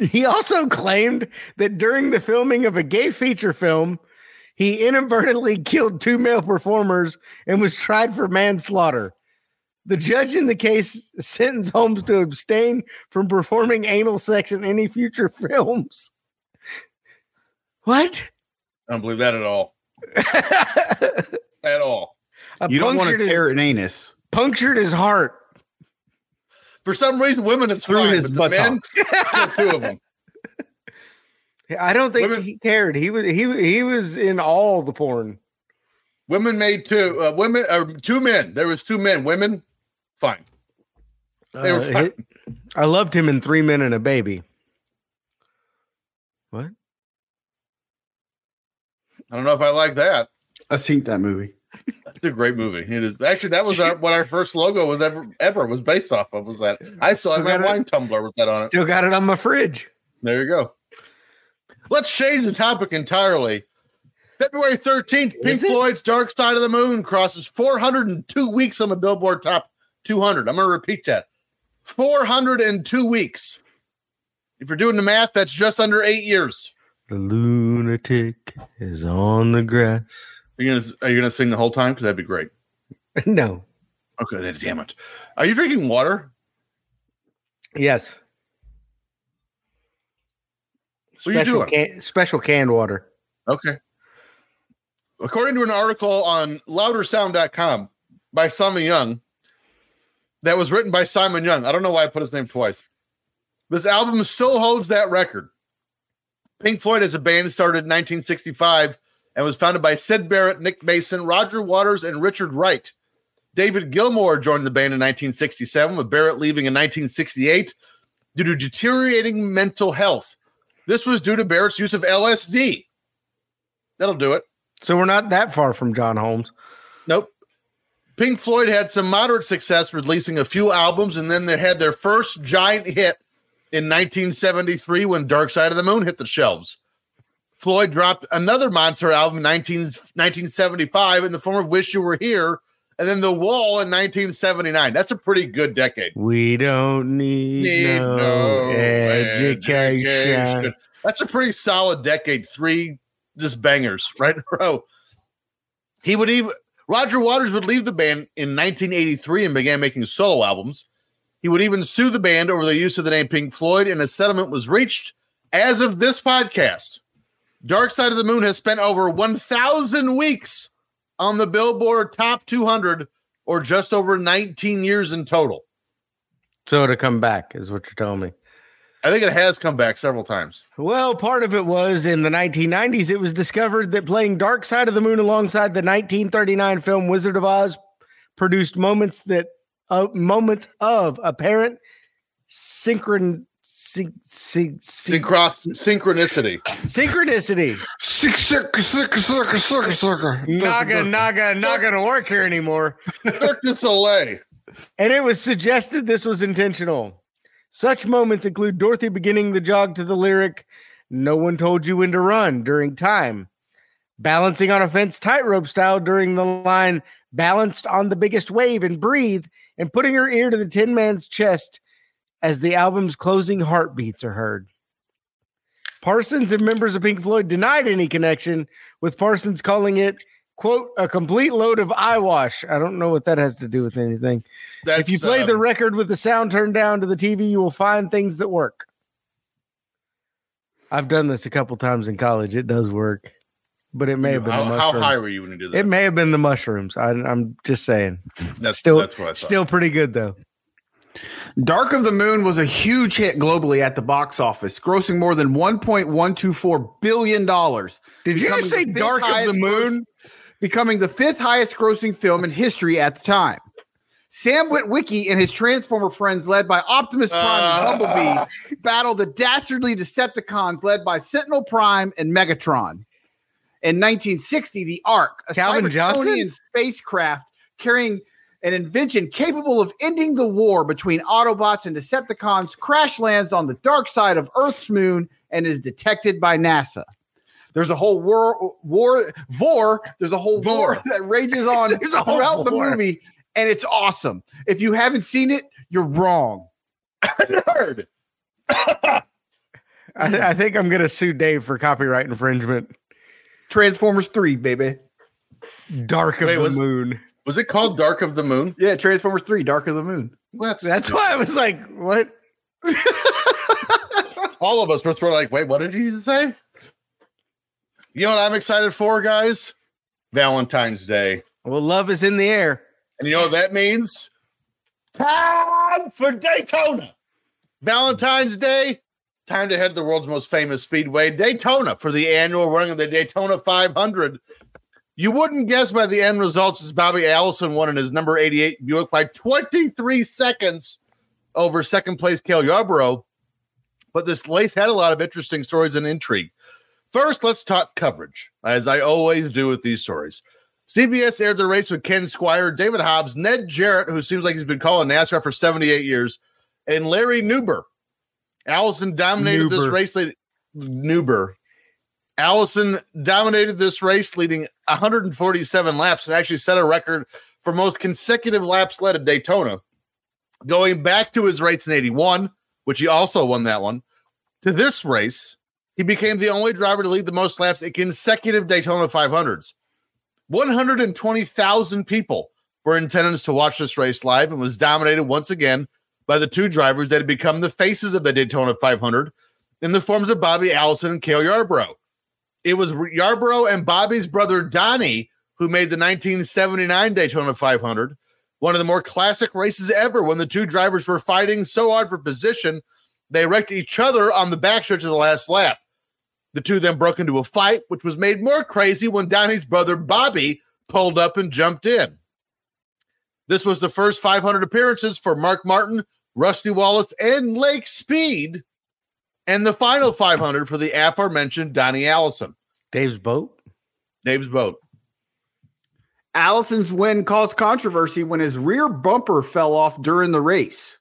He also claimed that during the filming of a gay feature film, he inadvertently (laughs) killed two male performers and was tried for manslaughter. The judge in the case sentenced Holmes to abstain from performing anal sex in any future (laughs) films. What?
I don't believe that at
(laughs)
all. At all.
I
You don't want
punctured,
to
his,
tear an anus
punctured his heart.
For some reason, women it's
through
fine,
his
but the men, (laughs)
buttock.
two of them.
I don't think
Women-
he cared. He was he he was in all the porn.
Women made two. Uh, women or two men. There was two men. Women, fine. They were
Uh, hi- I loved him in Three Men and a Baby. What?
I don't know if I like that.
I seen that movie.
It's a great movie. It is actually that was our, what our first logo was ever ever was based off of. Was that I still have my
Forgot it.
wine tumbler with that on it.
Still got it on my fridge.
There you go. Let's change the topic entirely. February thirteenth, Pink
Is it?
Floyd's "Dark Side of the Moon" crosses 402 weeks on the Billboard Top 200. I'm going to repeat that: 402 weeks. If you're doing the math, that's just under eight years.
The lunatic is on the grass.
Are you going to are you going to sing the whole time? Because that'd be great.
(laughs) no.
Okay, then, damn it. Are you drinking water?
Yes.
What are you
special
doing?
Can, special canned water.
Okay. According to an article on loudersound.com by Simon Young, that was written by Simon Young. I don't know why I put his name twice. This album still holds that record. Pink Floyd as a band started in 1965 and was founded by Sid Barrett, Nick Mason, Roger Waters, and Richard Wright. David Gilmour joined the band in 1967, with Barrett leaving in 1968 due to deteriorating mental health. This was due to Barrett's use of LSD. That'll do it.
So we're not that far from John Holmes.
Nope. Pink Floyd had some moderate success releasing a few albums, and then they had their first giant hit in 1973 when Dark Side of the Moon hit the shelves. Floyd dropped another monster album in 19, 1975 in the form of Wish You Were Here, and then The Wall in 1979. That's a pretty good decade.
We don't need,
Need
no,
no
education.
education. That's a pretty solid decade. Three just bangers (laughs) right in a row. He would even Roger Waters would leave the band in 1983 and began making solo albums. He would even sue the band over the use of the name Pink Floyd, and a settlement was reached. As of this podcast, Dark Side of the Moon has spent over 1,000 weeks on the Billboard Top 200, or just over 19 years in total.
So to come back is what you're telling me.
I think it has come back several times.
Well, part of it was in the 1990s, it was discovered that playing Dark Side of the Moon alongside the 1939 film Wizard of Oz produced moments that uh, moments of apparent synchron syn- syn- syn-
Synchros- synchronicity.
synchronicity.
Sick, sick, sick, sick, sick, sick.
Not gonna, not gonna, not gonna work here anymore.
Cirque du Soleil.
And it was suggested this was intentional. Such moments include Dorothy beginning the jog to the lyric, No one told you when to run during time, balancing on a fence tightrope style during the line, balanced on the biggest wave and breathe, and putting her ear to the tin man's chest as the album's closing heartbeats are heard. Parsons and members of Pink Floyd denied any connection, with Parsons calling it, quote, a complete load of eyewash. I don't know what that has to do with anything
That's,
if you play
um,
the record with the sound turned down to the TV, you will find things that work. I've done this a couple times in college. It does work, but it may have been
how,
the
how
mushrooms.
high were you when you did
it
that?
may have been the mushrooms. I, I'm just saying.
that's
still-
That's what I (laughs) thought.
Still pretty good though.
Dark of the Moon was a huge hit globally at the box office, grossing more than 1.124 billion dollars,
Did you
Becoming
just say
the fifth
Dark of the
highest
Moon?
becoming the fifth highest-grossing film in history at the time. Sam Witwicky and his Transformer friends, led by Optimus Prime and
Ah.
Bumblebee, battle the dastardly Decepticons, led by Sentinel Prime and Megatron. In 1960, the Ark, a
Calvin Johnson?
Cybertronian spacecraft carrying an invention capable of ending the war between Autobots and Decepticons, crash lands on the dark side of Earth's moon and is detected by NASA. There's a whole war, war, vor. There's a whole war, (laughs)
(laughs)
that rages on
There's a whole
throughout the
vor.
movie, and it's awesome. If you haven't seen it, you're wrong.
Nerd.
I, I think I'm gonna sue Dave for copyright infringement.
Transformers Three, baby.
Dark of
Wait,
the
was-
Moon.
Was it called Dark of the Moon?
Yeah, Transformers Three, Dark of the Moon.
That's,
That's why I was like, what?
all of us were thrown like, wait, what did he say? You know what I'm excited for, guys? Valentine's Day.
Well, love is in the air.
And you know what that means? Time for Daytona. Valentine's Day. Time to head to the world's most famous speedway, Daytona, for the annual running of the Daytona 500. You wouldn't guess by the end results as Bobby Allison won in his number 88 Buick by 23 seconds over second place Cale Yarborough, but this lace had a lot of interesting stories and intrigue. First, let's talk coverage, as I always do with these stories. CBS aired the race with Ken Squire, David Hobbs, Ned Jarrett, who seems like he's been calling NASCAR for 78 years, and Larry Newber. Allison dominated this
Newber.
race. Lead- Newber. Allison dominated this race, leading 147 laps and actually set a record for most consecutive laps led at Daytona. Going back to his race in 81, which he also won that one, to this race, he became the only driver to lead the most laps in consecutive Daytona 500s. 120,000 people were in attendance to watch this race live and was dominated once again by the two drivers that had become the faces of the Daytona 500 in the forms of Bobby Allison and Cale Yarborough. It was Yarborough and Bobby's brother Donnie who made the 1979 Daytona 500, one of the more classic races ever when the two drivers were fighting so hard for position they wrecked each other on the backstretch of the last lap. The two then broke into a fight, which was made more crazy when Donnie's brother Bobby pulled up and jumped in. This was the first 500 appearances for Mark Martin, Rusty Wallace, and Lake Speed, and the final 500 for the aforementioned Donnie Allison,
Dave's boat.
Dave's boat.
Allison's win caused controversy when his rear bumper fell off during the race.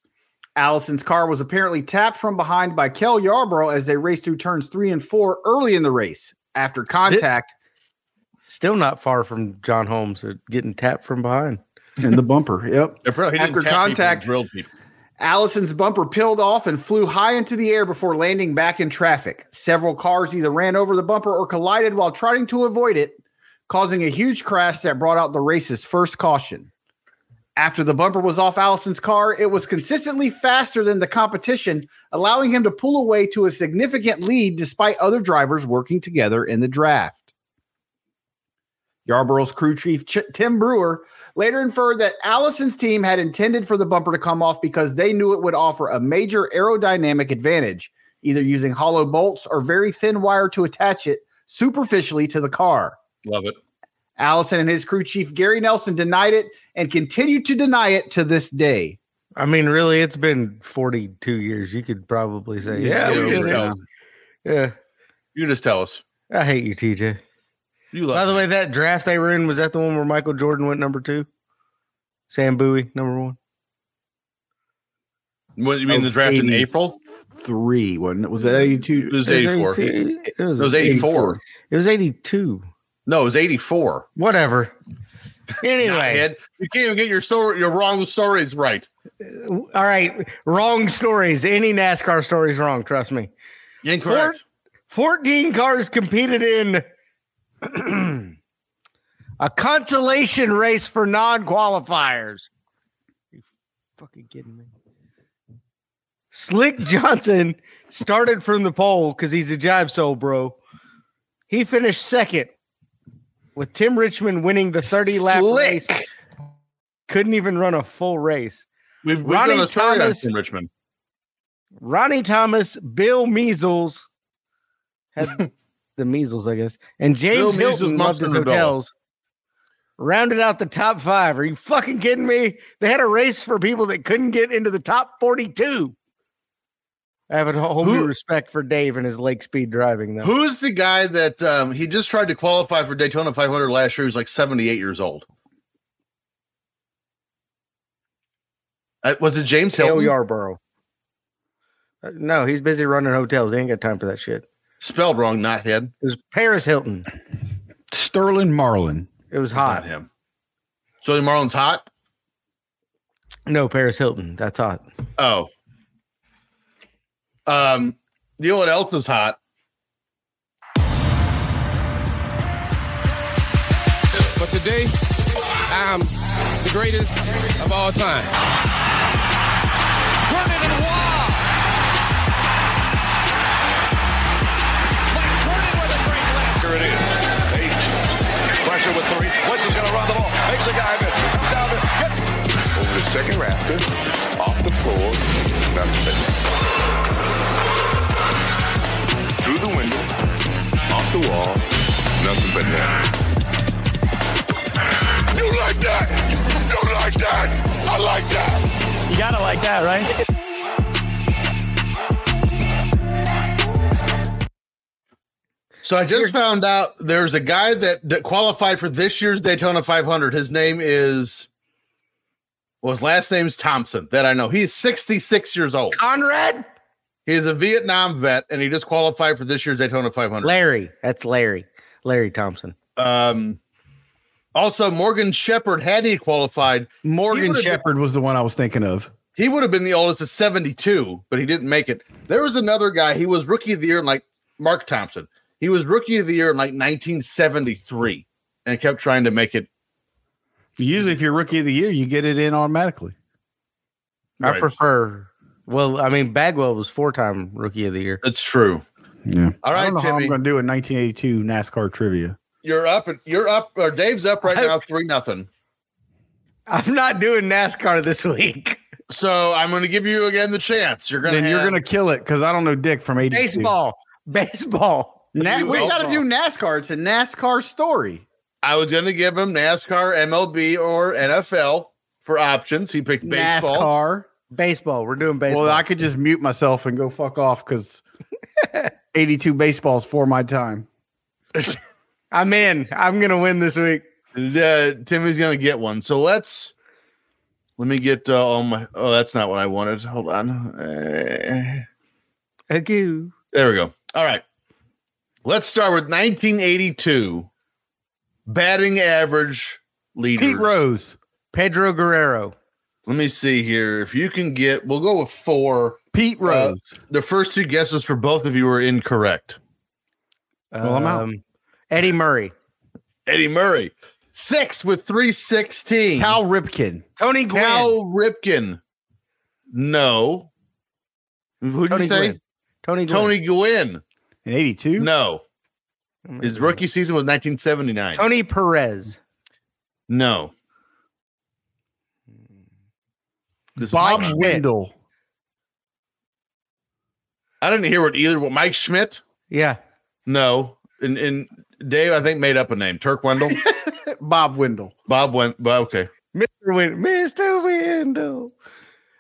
Allison's car was apparently tapped from behind by Kel Yarborough as they raced through turns three and four early in the race. After contact,
Still not far from John Holmes uh, getting tapped from behind.
(laughs) and the bumper. Yep.
They probably didn't
After
tap people,
contact-
drilled people.
Allison's bumper peeled off and flew high into the air before landing back in traffic. Several cars either ran over the bumper or collided while trying to avoid it, causing a huge crash that brought out the race's first caution. After the bumper was off Allison's car, it was consistently faster than the competition, allowing him to pull away to a significant lead despite other drivers working together in the draft. Yarborough's crew chief Ch- Tim Brewer later inferred that Allison's team had intended for the bumper to come off because they knew it would offer a major aerodynamic advantage, either using hollow bolts or very thin wire to attach it superficially to the car.
Love it.
Allison and his crew chief Gary Nelson denied it and continue to deny it to this day.
I mean, really, it's been 42 years. You could probably say, yeah,
Yeah,
you,
we
can
yeah,
just
did.
tell us. you can just tell us.
I hate you, TJ.
You love
By the
me.
way, that draft they were in was that the one where Michael Jordan went number two, Sam Bowie number one.
What, you mean the draft in
80.
April?
Three wasn't it? Was that eighty two?
It was 84. It
82. It was,
was 84.
It was 82.
No, it was 84.
Whatever. Anyway,
Ed, you can't even get your story, your wrong stories right.
all right. Wrong stories. Any NASCAR stories wrong. Trust me.
Incorrect.
14 cars competed in a consolation race for non qualifiers. You fucking kidding me? Slick Johnson started from the pole because he's a jive soul, bro. He finished second with Tim Richmond winning the 30 lap race. Couldn't even run a full race.
We've, we've
Ronnie
done a story on
Thomas-
Tim Richmond.
Ronnie Thomas, Bill Measles had the measles, I guess, and James
Measles,
Hilton loved
Mumps,
his
and Rubella.
hotels. Rounded out the top five. Are you fucking kidding me? They had a race for people that couldn't get into the top forty-two. I have a whole new
Who-
respect for Dave and his lake speed driving, though.
Who's the guy that um, he just tried to qualify for Daytona 500 last year? He was like 78 years old. Uh, was it James
Dale
Hilton?
Yarborough. Uh, No, he's busy running hotels. He ain't got time for that shit.
Spelled wrong, not head.
It was Paris Hilton.
Sterling Marlin.
It was
Not
hot.
him. So the Marlins hot?
No, Paris Hilton. That's hot.
Oh. Um, you know what else is hot?
But today, I'm the greatest of all time.
Vernon and Waugh. McCurdy with a great left.
Here it is. Eight. Pressure with three. Woodson's going to run the ball. Makes a guy miss. Comes down there. Hits. Over the second rafter. Off the floor. Nothing but net. Through the window. Off the wall. Nothing but net. You like that? You like that? I like that.
You got it like that, right?
So I just found out there's a guy that, that qualified for this year's Daytona 500. His name is, well, his last name's Thompson. That I know. He's 66 years old.
Conrad?
He is a Vietnam vet, and he just qualified for this year's Daytona 500.
Larry. That's Larry. Larry Thompson.
Um, also, Morgan Shepherd had he qualified, He
Morgan
would've-
Shepherd was the one I was thinking of.
he would have been the oldest at 72, but he didn't make it. There was another guy. He was rookie of the year, in like Mark Thompson. He was rookie of the year in like 1973, and kept trying to make it.
Usually, if you're rookie of the year, you get it in automatically.
I
Right.
prefer. Well, I mean, Bagwell was four time rookie of the year.
That's true.
Yeah.
All
I
right,
don't know how I'm
Timmy,
going to do in 1982 NASCAR trivia.
you're up. You're up. Or Dave's up right
I-
now, three nothing.
I'm not doing NASCAR this (laughs) week.
So I'm going to give you again the chance. You're going to.
Then you're going to kill it because I don't know Dick from 82.
Baseball. Baseball.
Na-
You
we
will.
got to do NASCAR. It's a NASCAR story.
I was going to give him NASCAR, MLB, or NFL for options. He picked baseball.
NASCAR.
Baseball. We're doing baseball.
Well, I could just mute myself and go fuck off (laughs) because 82 baseball's for my time.
I'm in. I'm going to win this week.
Uh, Timmy's gonna get one. So let's let me get uh, all my. Oh, that's not what I wanted. Hold on. Uh,
Okay.
there we go. All right. Let's start with 1982 batting average leaders.
Pete Rose.
Pedro Guerrero.
Let me see here. If you can get, we'll go with four.
Pete
Uh,
Rose.
The first two guesses for both of you were incorrect.
Well, I'm out.
um, Eddie Murray.
Eddie Murray, six with 316.
Cal Ripken.
Tony Gwynn.
Cal Ripken. No. Who'd
Tony
you say?
Gwynn. Tony Gwynn.
Tony Gwynn.
In 82?
No.
Oh my
His
God.
rookie season was 1979.
Tony Perez.
No.
Hmm.
This is-
Bob
Mike
Wendell.
I didn't hear what either. What Mike Schmidt?
Yeah.
No. And and Dave, I think made up a name. Turk Wendell.
(laughs)
Bob Wendell.
Bob went. Well, okay.
Mr. Win- Mr. Wendell.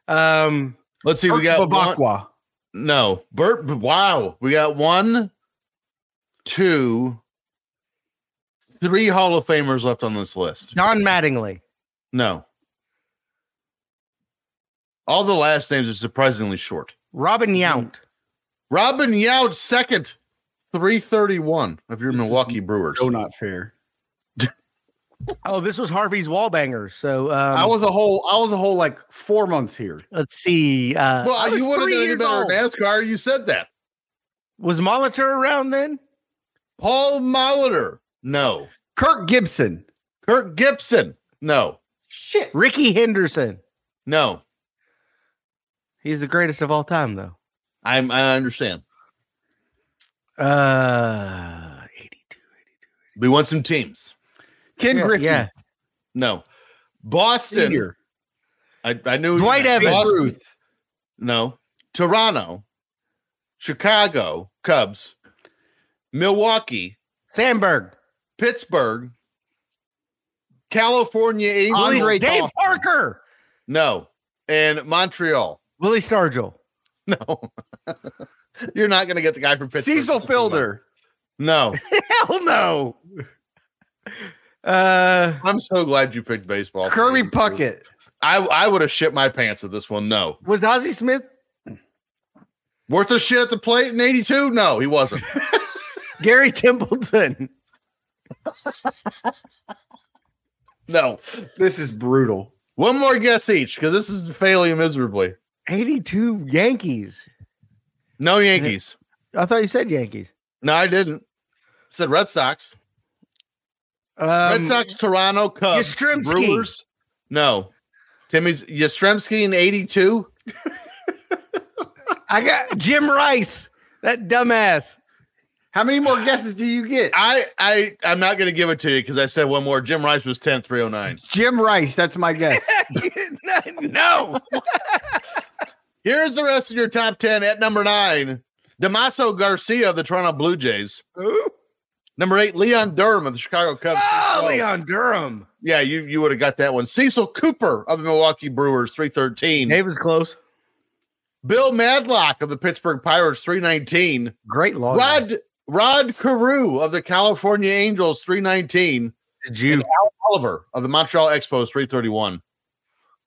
Um,
Let's see. We got
Kurt
one,
Babakwa.
no. Bert. Wow. We got one, two, three Hall of Famers left on this list.
Don Mattingly.
No. All the last names are surprisingly short.
Robin Yount.
Robin Yount, second, 331 of your Milwaukee Brewers.
So not fair.
Oh, this was Harvey's Wallbanger. So um,
I was a whole I was a whole like four months here.
Let's see. Uh,
Well,
I was
you would have
three
done any
years
better
old.
in NASCAR. You said that.
Was Molitor around then?
Paul Molitor, no.
Kirk Gibson.
Kirk Gibson, no.
Shit.
Ricky Henderson.
No,
He's the greatest of all time, though.
I'm, I understand.
Uh, 82.
We want some teams.
Ken
Yeah,
Griffey.
yeah.
No. Boston,
Senior.
I, I knew.
Dwight Evans.
Boston,
Ruth.
No. Toronto, Chicago, Cubs, Milwaukee,
Sandberg.
Pittsburgh, California, Angels.
Andre
Dave
Dawson.
Parker.
No. And Montreal.
Willie Stargell.
No. You're not going to get the guy from Pittsburgh.
Cecil Fielder.
No.
Hell no. Uh,
I'm so glad you picked baseball.
Kirby Puckett.
I, I would have shit my pants at this one. No.
was Ozzie Smith
Worth a shit at the plate in 82? No, he wasn't.
Gary Templeton?
No.
This is brutal.
One more guess each because this is failing miserably.
82 Yankees.
No Yankees.
I thought you said Yankees.
No, I didn't. Said Red Sox.
Um,
Red Sox, Toronto, Cubs,
Yastrzemski.
Brewers. No. Timmy's Yastrzemski in 82.
I got Jim Rice, that dumbass.
How many more guesses do you get?
I I I'm not gonna give it to you because I said one more. Jim Rice was 10 309.
Jim Rice. That's my guess.
no.
Here's the rest of your top 10 at number nine Damaso Garcia of the Toronto Blue Jays. Number eight, Leon Durham of the Chicago Cubs.
Oh,
Oh.
Leon Durham.
Yeah, you, you would have got that one. Cecil Cooper of the Milwaukee Brewers, 313.
Dave was close.
Bill Madlock of the Pittsburgh Pirates, 319.
Great law.
Rod Rod Carew of the California Angels, 319.
Did you
And Al Oliver of the Montreal Expos, 331.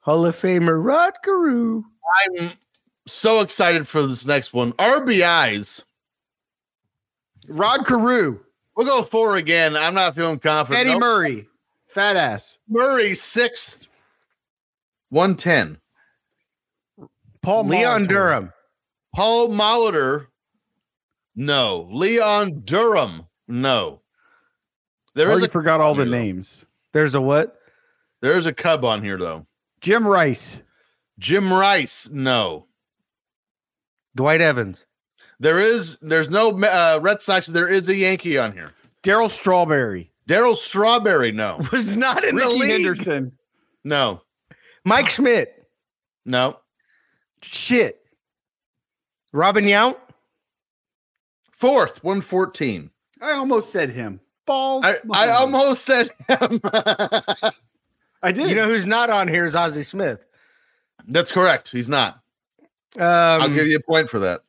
Hall of Famer Rod Carew?
I'm so excited for this next one. RBIs.
Rod Carew,
We'll go four again. I'm not feeling confident.
Eddie
Nope.
Murray, fat ass,
Murray, sixth. 110.
Paul
Leon
Molitor.
Durham.
Paul Molitor, no. Leon Durham, no. There
Oh,
is
you
a
forgot all the
Yeah.
names.
There's a what?
there is a cub on here though.
Jim Rice,
Jim Rice, no.
Dwight Evans.
There is there's no uh, Red Sox. There is a Yankee on here.
Daryl Strawberry,
Daryl Strawberry,
(laughs)
no,
Was not in the
Ricky
league.
Henderson.
no,
Mike Schmidt.
no.
Shit.
Robin Yount.
Fourth, one fourteen.
I almost said him. Balls.
I, I almost said him. (laughs)
I did.
You know who's not on here is Ozzie Smith.
That's correct. He's not.
Um,
I'll give you a point for that.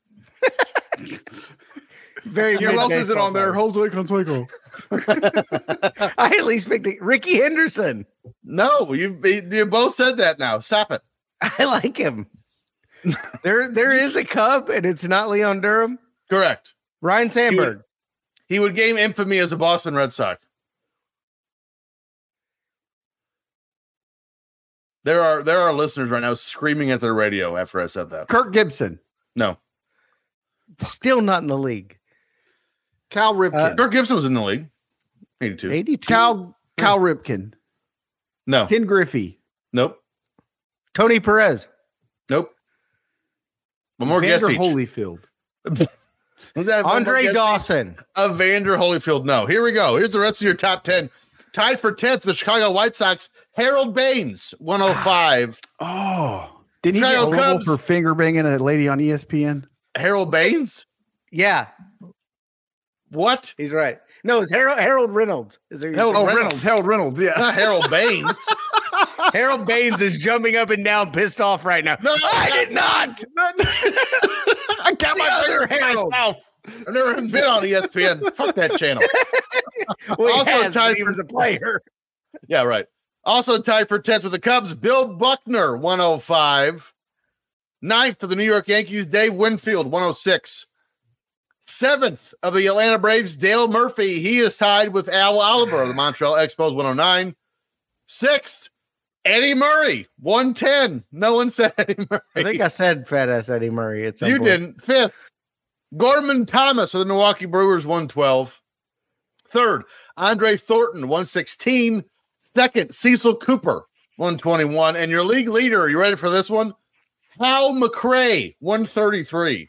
very
Who
mid
else isn't
baseball
on there?
player.
Jose Canseco.
(laughs) I at least picked it. Ricky Henderson.
No, you you both said that now. Stop it.
I like him. there, there is a Cub, and it's not Leon Durham.
Correct.
Ryan Sandberg.
He would gain infamy as a Boston Red Sox. There are there are listeners right now screaming at their radio after I said that.
Kirk Gibson.
No,
Still not in the league.
Cal Ripken.
Kirk Uh, Gibson was in the league. Eighty two.
82.
Cal Cal Ripken.
No,
Ken Griffey.
nope,
Tony Perez.
nope. One more
Vander
guess each.
Holyfield.
One more
Andre
guess
Dawson.
of Vander Holyfield. No, here we go. Here's the rest of your top 10. Tied for 10th, the Chicago White Sox, Harold Baines, 105.
Oh. Didn't he get
Chicago
a level
Cubs.
for finger banging a lady on E ESPN?
Harold Baines?
Yeah,
What?
he's right. No, it's Harold, Harold Reynolds. Is there
Harold
Oh,
Reynolds.
Reynolds. Harold Reynolds. Yeah.
Not Harold (laughs) Baines.
Harold Baines is jumping up and down, pissed off right now.
No,
I did (laughs) not.
I got my other Harold. I've never even been on E ESPN. Fuck that channel.
Well,
Also
also,
tied
he
for-
was a
(laughs)
player.
Yeah, right. Also tied for 10th with the Cubs, Bill Buckner, 105. Ninth of the New York Yankees, Dave Winfield, 106. Seventh of the Atlanta Braves, Dale Murphy. He is tied with Al Oliver of the Montreal Expos, 109. Sixth, Eddie Murray, 110. No one said Eddie Murray.
I think I said fat ass Eddie Murray. At some
You
point.
didn't. Fifth, Gorman Thomas of the Milwaukee Brewers, 112. Third, Andre Thornton, 116. Second, Cecil Cooper, 121. And your league leader, are you ready for this one? Hal McRae, 133.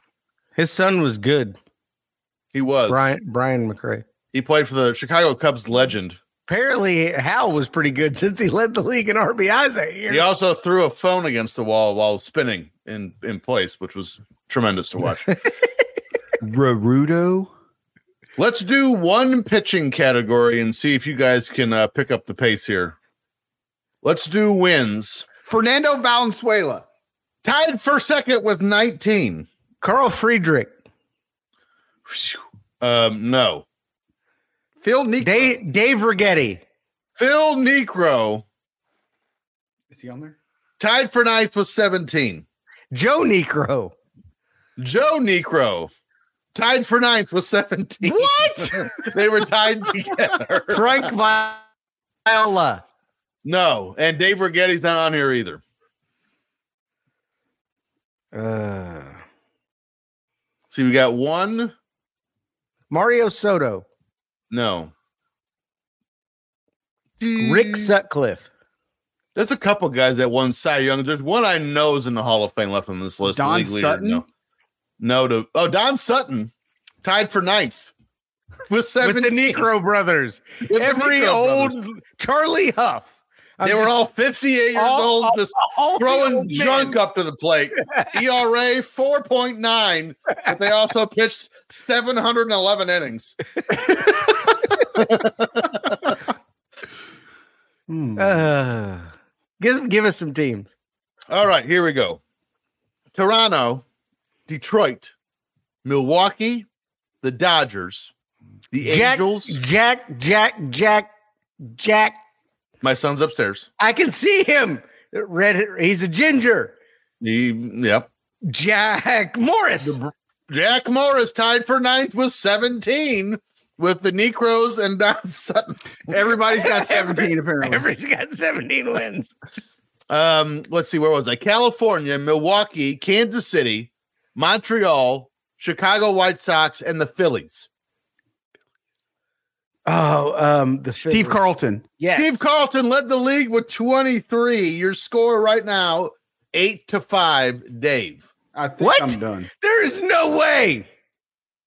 His son was good.
He was.
Brian Brian McRae.
He played for the Chicago Cubs legend.
Apparently, Hal was pretty good (laughs) since he led the league in RBIs that year.
He also threw a phone against the wall while spinning in, in place, which was tremendous to watch.
Rarudo.
Let's do one pitching category and see if you guys can uh, pick up the pace here. Let's do wins.
Fernando Valenzuela.
Tied for second with 19.
Carl Friedrich,
Phew. Um, no.
(laughs) Phil Nick.
Dave, Dave Rigetti,
Phil Necro
Is he on there?
tied for ninth with 17.
Joe Necro.
Joe Necro tied for ninth with 17. What? (laughs) they were tied
(laughs)
together.
Frank Vi- Viola.
No. And Dave Rigetti's not on here either.
Uh,
See, we got one.
Mario Soto.
No.
Rick Sutcliffe.
There's a couple guys that won Cy Young. There's one I know is in the Hall of Fame left on this list. the
Don
league leader,
Sutton?
No. no to oh Don Sutton tied for ninth (laughs) with
With
seven.
the Necro brothers.
with the
Every
Negro
old
brothers.
Charlie Huff.
they were all 58 years
all-
old, just
all the
throwing
old men.
junk up to the
(laughs)
plate. E ERA 4.9, but they also pitched 711 innings.
Hmm.
Uh, give, give us some teams.
All right, here we go. Toronto, Detroit, Milwaukee, the Dodgers, The
Jack,
Angels.
Jack, Jack, Jack, Jack.
My son's upstairs.
I can see him. Red. He's a ginger.
He, yep.
Jack Morris.
Jack Morris tied for ninth with 17 with the Necros and (laughs) Don Sutton. (laughs)
Everybody's got 17, apparently.
Everybody's got 17 wins.
Um, let's see, where was I? California, Milwaukee, Kansas City, Montreal, Chicago White Sox, and the Phillies.
Oh, um, the
Steve Carlton.
Yes.
Steve Carlton led the league with 23. Your score right now, eight to five, Dave.
I think
What?
I'm done.
there is no way.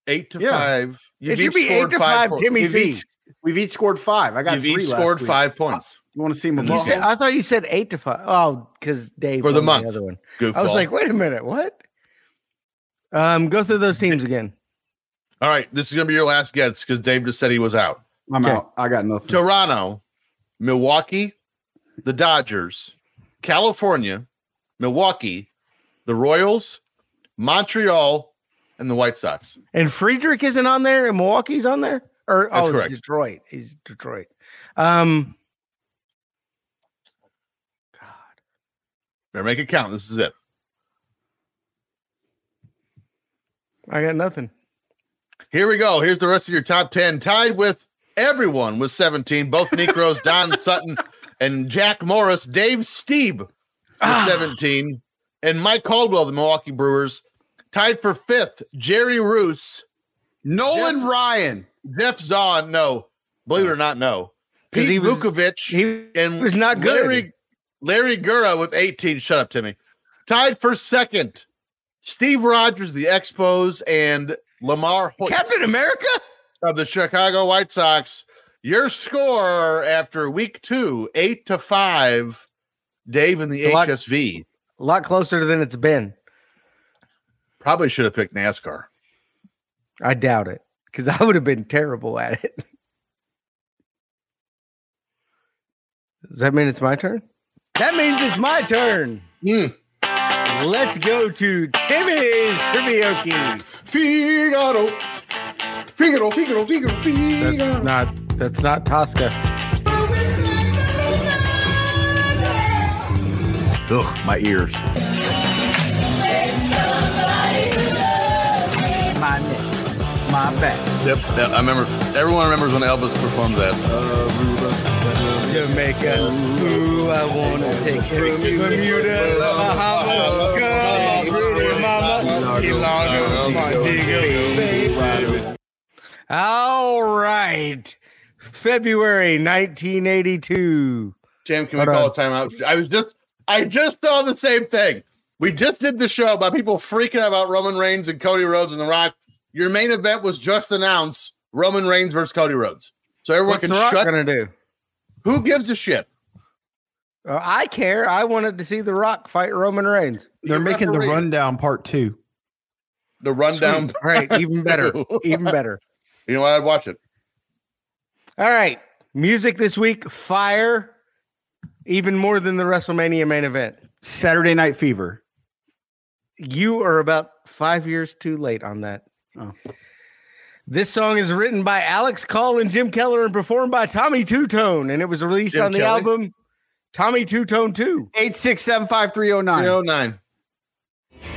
Eight to
Yeah.
five.
It should be eight to five. Timmy
You've
Z.
each, we've each scored five. I got
You've
three
each
last
scored
week.
five points.
You want to see my
You
You
ball?
said, I thought you said eight to five. Oh, because Dave
For the
won
month.
other one.
Goofball.
I was like, wait a minute, what? Um, go through those teams again.
all right, this is gonna be your last guess because Dave just said he was out.
I'm
Okay.
out. I got nothing.
Toronto, Milwaukee, the Dodgers, California, Milwaukee, the Royals, Montreal, and the White Sox.
And Friedrich isn't on there, and Milwaukee's on there, or
That's
oh,
correct.
Detroit. He's Detroit. Um,
Better make it count. This is it.
I got nothing.
Here we go. Here's the rest of your top 10. Tied with everyone with 17,
(laughs)
both Necros, Don Sutton, and Jack Morris, Dave Steeb with
Ah.
17, and Mike Caldwell, the Milwaukee Brewers. Tied for fifth, Jerry Roos,
Nolan Ryan.
Jeff Zahn, no, believe it or not, no.
'Cause
Pete
he was-
Vukovich
He
and
was not good.
Larry, Larry Gura with 18. Shut up, Timmy. Tied for second, Steve Rogers, the Expos, and Lamar Hoyt
Captain America.
of the Chicago White Sox. Your score after week two, eight to five, Dave and the
It's a lot-
HSV.
A lot closer than it's been.
Probably should have picked NASCAR.
I doubt it because (laughs) I would have been terrible at it. Does that mean it's my turn? That means it's my turn.
Hmm.
Let's go to Timmy's Trivioki.
Figaro. Figaro, Figaro, Figaro,
That's
Figaro.
not that's not Tosca.
Ugh, my ears.
Yep, I remember. Everyone remembers when Elvis performed that.
Jamaica. Ooh, I wanna take it. Bermuda, Bahamas, Cuba, Mama, Ilana, Montego. All right. February 1982.
Tim, can we
Hold
call
on.
a timeout? I was just, I just saw the same thing. We just did the show about people freaking out about Roman Reigns and Cody Rhodes and The Rock. Your main event was just announced: Roman Reigns versus Cody Rhodes. So everyone
What's
can
The Rock
shut.
gonna do?
Who gives a shit?
Uh, I care. I wanted to see The Rock fight Roman Reigns.
Your
They're making the
referee.
rundown part two.
The rundown. (laughs)
All right, even (laughs) better. Even better.
You know what? I'd watch it.
All right. Music this week, fire. Even more than the WrestleMania main event.
Saturday Night Fever.
You are about five years too late on that.
Oh.
This song is written by Alex Call and Jim Keller and performed by Tommy Two Tone, and it was released
Jim
on the
Kelly?
album Tommy Two Tone 2.
8675309.
309.
Johnny,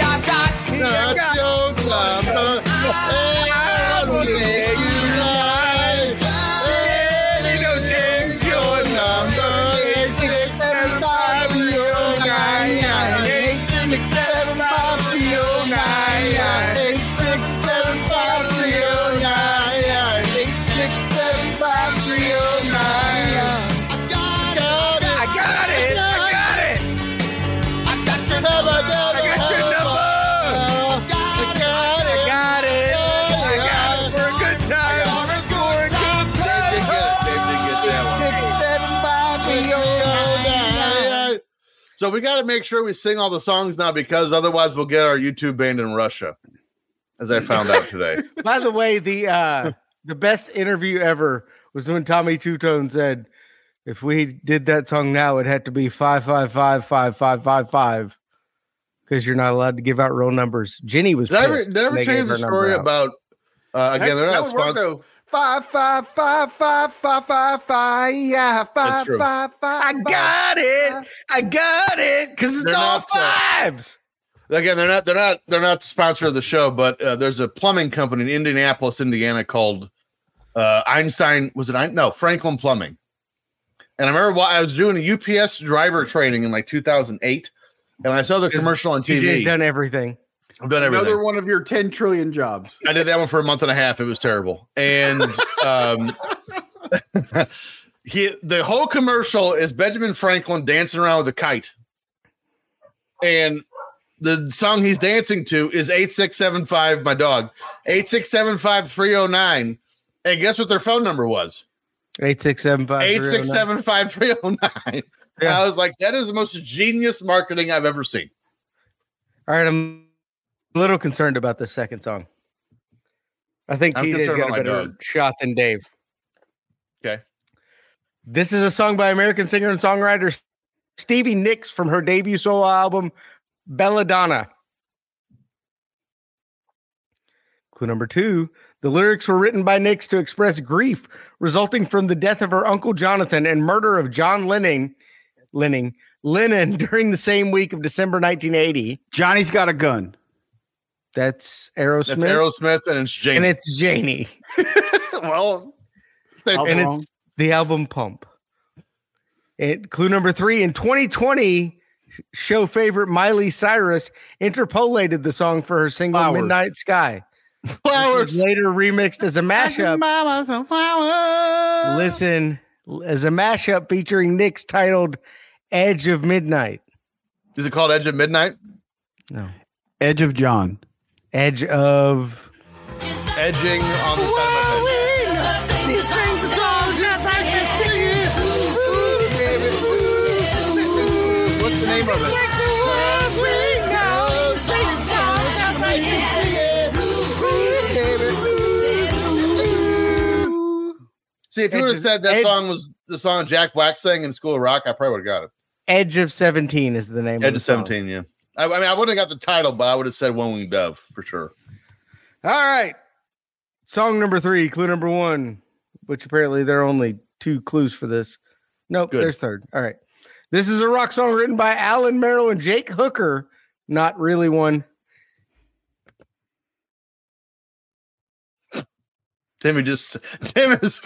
I've got
Not your lover. Hey, I will make you mine. Hey, don't change your number. It's six, seven, five, oh, nine, nine, eight, six, seven, five, oh, nine, nine, eight, six, seven, five, oh, nine, nine, eight, six, seven, five, oh, nine, nine. I got it. I got it. I got your number. I got it.
Got it.
I got it.
For a good time.
oh, So we got to make sure we sing all the songs now because otherwise we'll get our YouTube banned in Russia, as I found out
(laughs)
today.
By the way, the uh the best interview ever was when Tommy Two Tone said, if we did that song now, it had to be five five five five five five five. Because you're not allowed to give out real numbers. Jenny was.
Did I ever,
pissed
did I ever
when they
tell you
gave
the
her number
story
out.
about Uh, again, they're not
That would work,
sponsored.
though. Five, five, five, five, five, five, five, yeah, five,
true.
five, five.
I got it. I got it. Because it's
They're
all
not, uh,
fives.
Again, they're not. They're not. They're not the sponsor of the show. But uh, there's a plumbing company in Indianapolis, Indiana, called uh, Einstein. Was it Ein- no Franklin Plumbing? And I remember while I was doing a UPS driver training in like 2008, and I saw the commercial on TV.
TJ's done everything.
I've done everything.
Another one of your 10 trillion jobs.
I did that one for a month and a half. It was terrible. And um, (laughs) he, the whole commercial is Benjamin Franklin dancing around with a kite. And the song he's dancing to is 8675, my dog, 8675 309. And guess what their phone number was?
Eight six seven five. oh,
8675 309.
Yeah.
I was like, that is the most genius marketing I've ever seen.
All right, I'm a little concerned about the second song. I think
I'm
TJ's
concerned
got a
about my
better
dog.
shot than Dave.
Okay.
This is a song by American singer and songwriter Stevie Nicks from her debut solo album, Belladonna. Clue number two the lyrics were written by Nicks to express grief resulting from the death of her uncle Jonathan and murder of John Lennon, Lennon, Lennon (laughs) during the same week of December 1980.
Johnny's got a (laughs) gun.
That's
That's
Aerosmith.
Aerosmith and it's James.
and it's Janie.
well,
I was
and
wrong.
it's the album Pump. And clue number three in 2020, show favorite Miley Cyrus interpolated the song for her single
Flowers.
Midnight Sky.
flowers.
Later remixed as a mashup.
Mama's a flower.
Listen, as a mashup featuring Nick's titled Edge of Midnight.
Is it called Edge of Midnight?
No.
Edge of John.
Edge of
Edging on the side of my head. What's the name of it? See, if you
Edge
would have
of-
said that
Edge-
song was the song Jack Black sang in School of Rock, I probably would have got it.
Edge of 17 is the name of
Edge
the
of
song.
17, yeah. I, I mean, I wouldn't have got the title, but I would have said One Winged Dove for sure.
All right. Song number three, clue number one, which apparently there are only two clues for this. Nope,
Good.
there's third. All right. This is a rock song written by Alan Merrill and Jake Hooker. Not really one.
Timmy just, Tim is,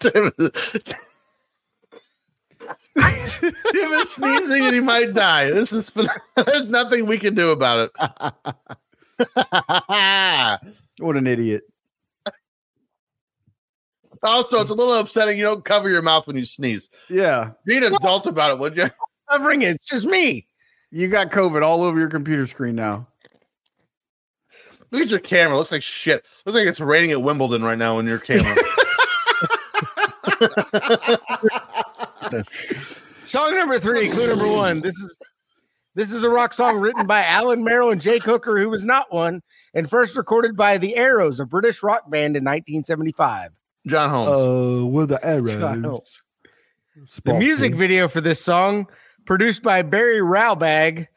Tim is, Tim is sneezing and he might die. This is, phen- there's nothing we can do about it.
What an idiot.
(laughs) also, it's a little upsetting. You don't cover your mouth when you sneeze.
Yeah.
Be an adult about it, would you?
Covering it. It's just me.
You got COVID all over your computer screen now.
Look at your camera. Looks like shit. Looks like it's raining at Wimbledon right now in your camera.
(laughs) Song number three, clue number one. This is this is a rock song written by Alan Merrill and Jake Hooker, who was not one, and first recorded by the Arrows, a British rock band in 1975.
John
Uh,
Holmes.
Oh, with the
Shut up. The music video for this song, produced by Barry Raubag,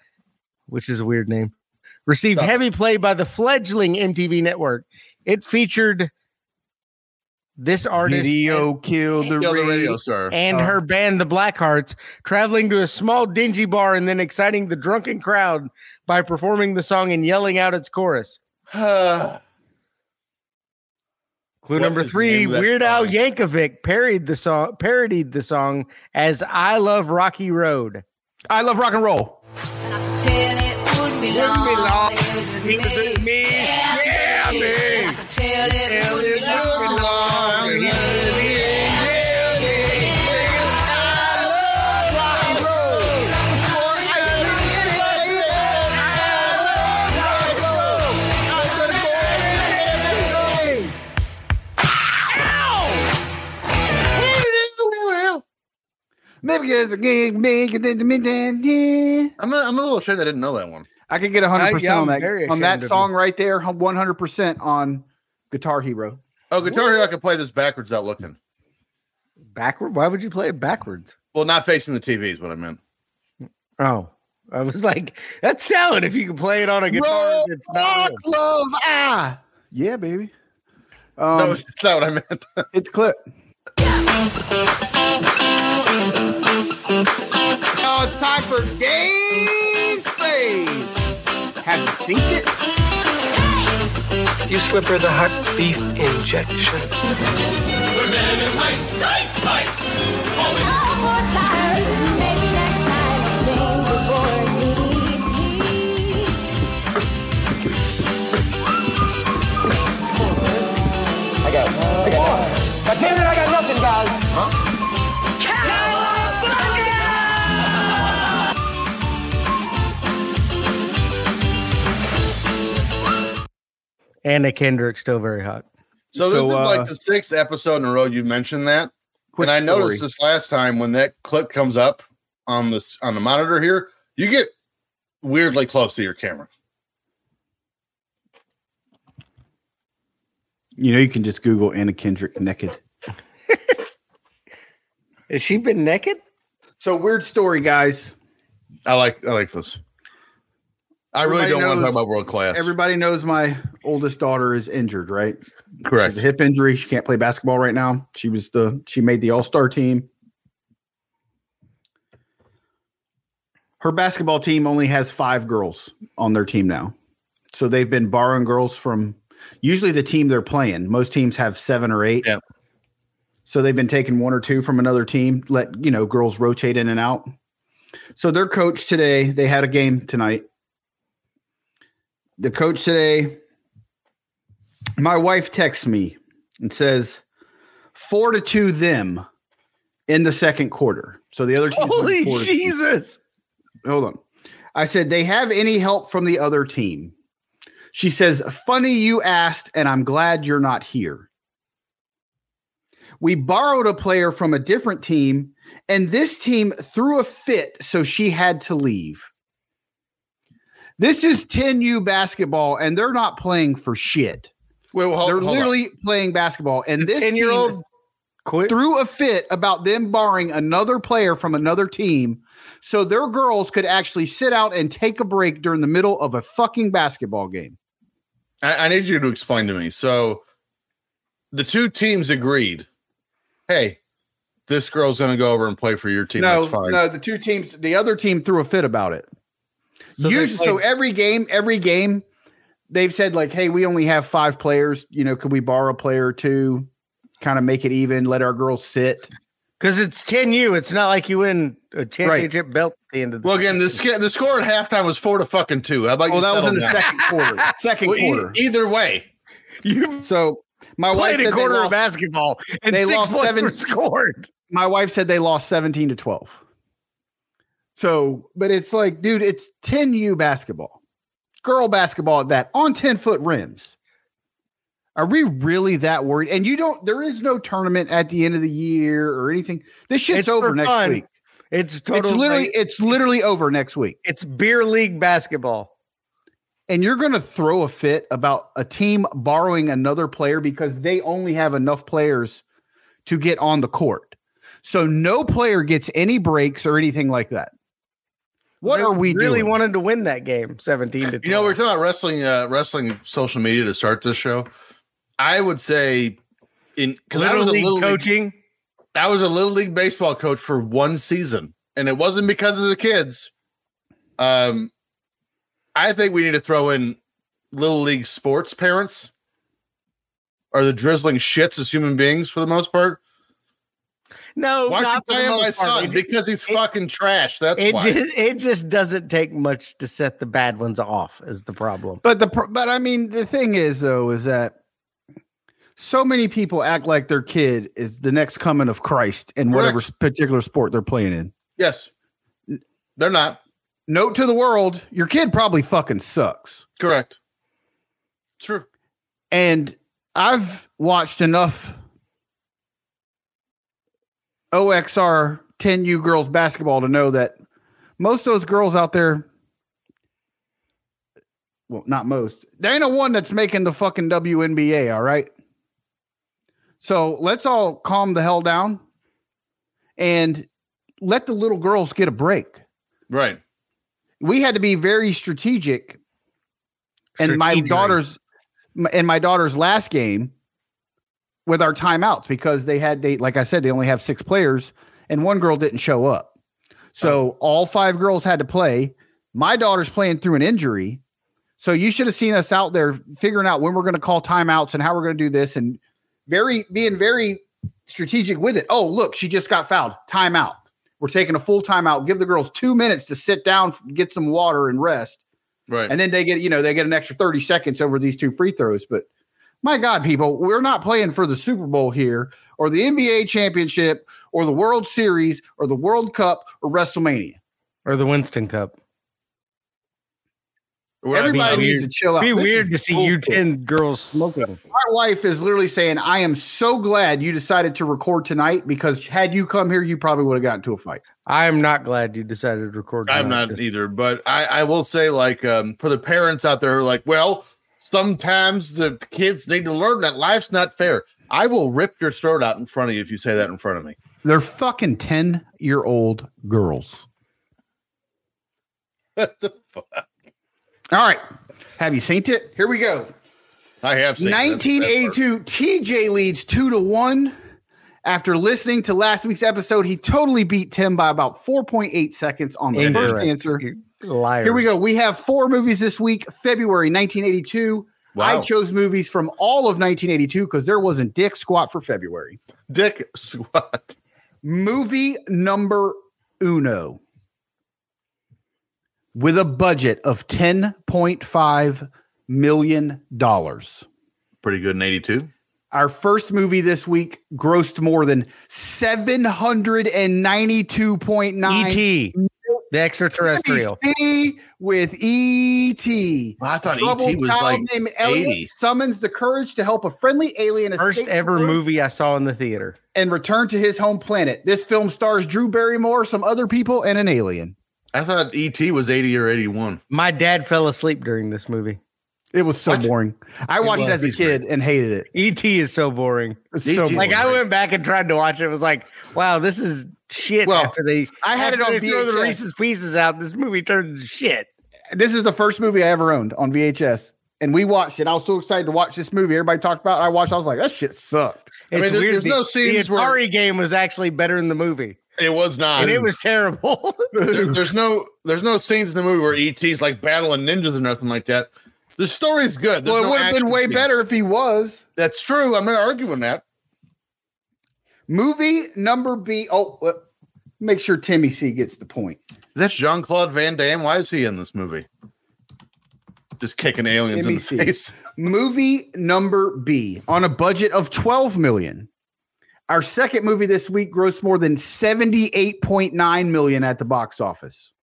which is a weird name, received
Stop.
heavy play by the fledgling MTV network. It featured this artist
video killed the
Yo, the radio
radio.
star.
and
Oh.
her band, the Blackhearts, traveling to a small dingy bar and then exciting the drunken crowd by performing the song and yelling out its chorus.
(sighs)
Clue
What
number
is the
three:
name of that
Weird Al
song?
Yankovic parodied the song, parodied the song as "I Love Rocky Road."
I love rock and roll. Maybe it's a game bigger than the midnight, yeah.
I'm a, I'm a little ashamed I didn't know that one.
I could get 100%
I- yeah, I'm
on
very
that, on
ashamed
that
of
song right there, 100% on Guitar Hero.
Oh, Guitar Hero, I can play this backwards without looking.
Backward? Why would you play it backwards?
Well, not facing the TV is what I meant.
Oh, I was like, that's salad if you can play it on a guitar.
Roll
that's not-
love, ah. Yeah, baby.
No,
Um,
(laughs) that's not what I meant.
hit the clip.
Now it's time for Dave Faith. Have you seen it?
You slip her the hot beef injection.
Anna Kendrick's still very hot.
So this
So,
is
uh,
like the sixth episode in a row you mentioned that. and I noticed this last time when that clip comes up on this on the monitor here, you get weirdly close to your camera.
You know, you can just Google Anna Kendrick naked.
Has she been naked?
So weird story, guys.
I like I like this. I really
Everybody
don't want to
knows-
talk about world class.
Everybody knows my oldest daughter is injured, right? She has
Correct.
a hip injury. She can't play basketball right now. She was the she made the All Star team. Her basketball team only has five girls on their team now, so they've been borrowing girls from usually the team they're playing. Most teams have seven or eight.
Yeah.
So they've been taking one or two from another team. Let you know girls rotate in and out. So their coach today. They had a game tonight. The coach today my wife texts me and says four to two them in the second quarter. So the other team
Holy Jesus.
hold on. I said they have any help from the other team. She says, "Funny you asked, and I'm glad you're not here." We borrowed a player from a different team, and this team threw a fit, so she had to leave. This is 10U basketball, and they're not playing for shit.
Wait, well, hold,
They're
hold on.
literally playing basketball, and this
10 year
ten-year-old
old quit.
threw a fit about them borrowing another player from another team, so their girls could actually sit out and take a break during the middle of a fucking basketball game.
I, I need you to explain to me. So the two teams agreed, hey, this girl's gonna go over and play for your team.
no,
That's fine.
no, the two teams, the other team threw a fit about it.
So they
Usually, so
played-
every game, every game, they've said like, "Hey, we only have five players. You know, could we borrow a player or two? Kind of make it even. Let our girls sit."
Because it's 10 U. It's not like you win a championship belt at the end of the
Well, again, the,
season.
sca- the score at halftime was four to fucking two. How about
Well,
you?
that was
settle
in the
down?
second quarter.
(laughs)
Second
Well, e-
quarter.
either way,
(laughs) you
So my wife
played
said
a
they
quarter of
lost-
basketball and
they
six
lost
points
seven- (laughs)
were scored.
my wife said they lost 17 to 12. So, but it's like, dude, it's 10U basketball, girl basketball at that on 10 foot rims. Are we really that worried? And you don't, there is no tournament at the end of the year or anything. This shit's
It's
over
for
next
fun.
week.
It's total.
it's literally,
like-
it's literally over next week.
it's beer league basketball.
And you're going to throw a fit about a team borrowing another player because they only have enough players to get on the court. So no player gets any breaks or anything like that. What
They
are we
really
doing?
wanted to win that game, seventeen to.
you know we're
12.
talking about wrestling, uh, wrestling social media to start this show. I would say, in because I was a
Little league
little league,
coaching.
I was a little league baseball coach for one season, and it wasn't because of the kids. Um, I think we need to throw in little league sports parents are the drizzling shits as human beings for the most part.
No,
Why aren't
not
you
for the
playing
most
my
part.
son?
It,
Because he's
it-
fucking trash. That's
it
why.
just it just doesn't take much to set the bad ones off. Is the problem?
But the pro- but I mean the thing is though is that so many people act like their kid is the next coming of Christ in whatever s- particular sport they're playing in.
yes, they're not
Note to the world, your kid probably fucking sucks.
correct. True.
and I've watched enough OXR 10U girls basketball to know that most of those girls out there, well, not most, there ain't a one that's making the fucking WNBA, all right? So let's all calm the hell down and let the little girls get a break.
Right.
We had to be very strategic and my
Strategic.
daughter's my- and my daughter's last game with our timeouts because they had they like I said they only have six players and one girl didn't show up. So all five girls had to play. My daughter's playing through an injury. So you should have seen us out there figuring out when we're going to call timeouts and how we're going to do this and very being very strategic with it. Oh, look, she just got fouled. Timeout. We're taking a full timeout. Give the girls 2 minutes to sit down, get some water and rest.
Right.
And then they get, you know, they get an extra 30 seconds over these two free throws, but my God, people, we're not playing for the Super Bowl here or the NBA championship or the World Series or the World Cup or WrestleMania.
or the Winston Cup.
Well, I mean,
Everybody
be
needs
weird.
to chill out.
It'd be
This
weird
is
to see you
bullshit.
ten girls smoking.
My wife is literally saying, I am so glad you decided to record tonight because had you come here, you probably would have gotten into a fight.
I am not glad you decided to record.
Uh,
I'm
tonight.
not either, but I, I will say, like, um, for the parents out there who are like, well, sometimes the kids need to learn that life's not fair. I will rip your throat out in front of you if you say that in front of me.
They're fucking 10 year old girls.
(laughs) What the fuck?
All right. Have you seen it? Here we go.
I have seen that. That's the best
1982
part.
TJ leads 2 to 1 after listening to last week's episode he totally beat Tim by about 4.8 seconds on the
Incorrect.
first answer.
e-
Liar.
Here we go. We have four movies this week, February 1982. I
Wow.
chose movies from all of 1982 cuz there wasn't dick squat for February.
Dick squat.
Movie number uno. With a budget of 10.5 million dollars.
Pretty good in 82.
Our first movie this week grossed more than seven hundred and ninety-two point
E
nine.
E.T. E The extraterrestrial.
with E.T.
I thought
Troubled
ET was
child
like
named Elliot
80.
summons the courage to help a friendly alien
First
escape
ever
the world
movie I saw in the theater.
and return to his home planet. This film stars Drew Barrymore, some other people, and an alien.
I thought ET was 80 or 81.
My dad fell asleep during this movie.
It was so
That's-
boring. I watched it
was.
as a
He's
kid and hated it.
E.T. E is so boring.
It's
E.T.
so
was
Like I
Boring.
went back and tried to watch it. It was like, wow, this is shit.
Well,
after they,
I had it
after
on
they throw the
VHS.
Reese's Pieces out. This movie turned to shit.
this is the first movie I ever owned on VHS. And we watched it. I was so excited to watch this movie. Everybody talked about it. I watched, it. I was like, that shit sucked.
I mean,
It's
there-
weird.
there's
the,
no
the
scenes where-
Atari game was actually better than the movie,
It was not.
and it
(laughs)
was terrible. (laughs)
There- there's no there's no scenes in the movie where ET's like battling ninjas or nothing like that. The story's good. There's
well, it
no
would have been
action
way
scenes.
better if he was.
That's true. I'm not arguing that.
Movie number B. Oh, uh, make sure Timmy C gets the point.
That's Jean Claude Van Damme. Why is he in this movie? Just kicking aliens in the
NBC.
face.
Movie number B on a budget of 12 million. Our second movie this week grossed more than 78.9 million at the box office.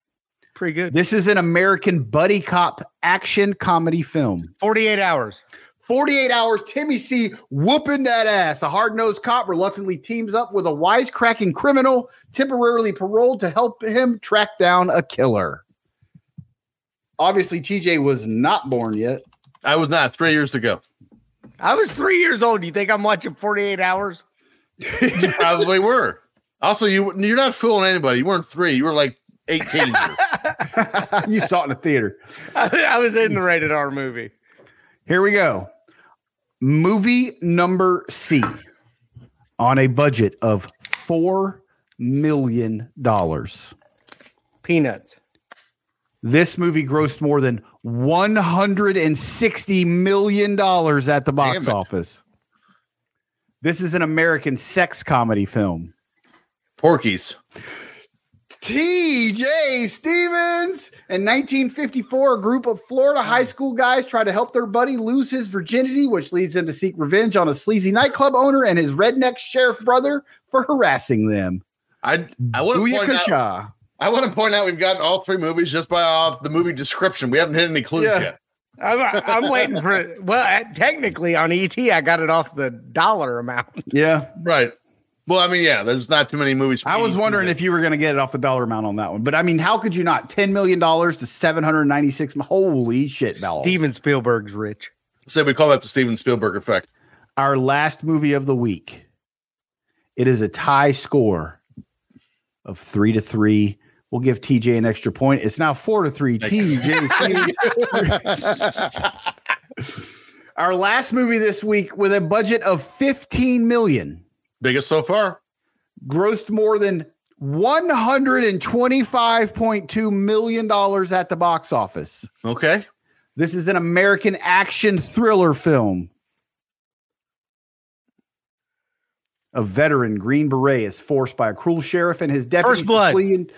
Pretty good.
This is an American buddy cop action comedy film.
Forty-eight hours.
48 hours, Timmy C whooping that ass. A hard nosed cop reluctantly teams up with a wisecracking criminal temporarily paroled to help him track down a killer. Obviously, TJ was not born yet. (laughs)
I was not three years ago.
I was three years old. You think I'm watching Forty-eight Hours? (laughs)
You probably were. Also, you you're not fooling anybody. You weren't three. You were like
(laughs)
18.
you saw it in the theater.
I, was in the rated R movie.
Here we go. Movie number C on a budget of $4 million.
Peanuts.
This movie grossed more than $160 million at the box
Damn it.
office. This is an American sex comedy film.
Porkies.
TJ Stevens. In 1954, a group of Florida high school guys try to help their buddy lose his virginity, which leads them to seek revenge on a sleazy nightclub owner and his redneck sheriff brother for harassing them.
I I want to point out.
Booyakasha.
I want to point out we've gotten all three movies just by uh, the movie description. We haven't hit any clues
Yeah.
yet.
I'm, I'm waiting for it. Well, I- technically on ET, I got it off the dollar amount. (laughs)
Yeah.
Right. Well, I mean, yeah, there's not too many movies.
I was wondering if you were going to get it off the dollar amount on that one. But I mean, how could you not? $10 million to 796 Holy shit, Val.
Steven Spielberg's rich.
say we call that the Steven Spielberg effect.
our last movie of the week. It is a tie score of three to three. We'll give TJ an extra point. It's now four to three. TJ. Stevens. Our last movie this week with a budget of 15 million,
Biggest so far.
grossed more than 125.2 million dollars at the box office.
Okay.
This is an American action thriller film. A veteran Green Beret is forced by a cruel sheriff and his deputy
First Blood.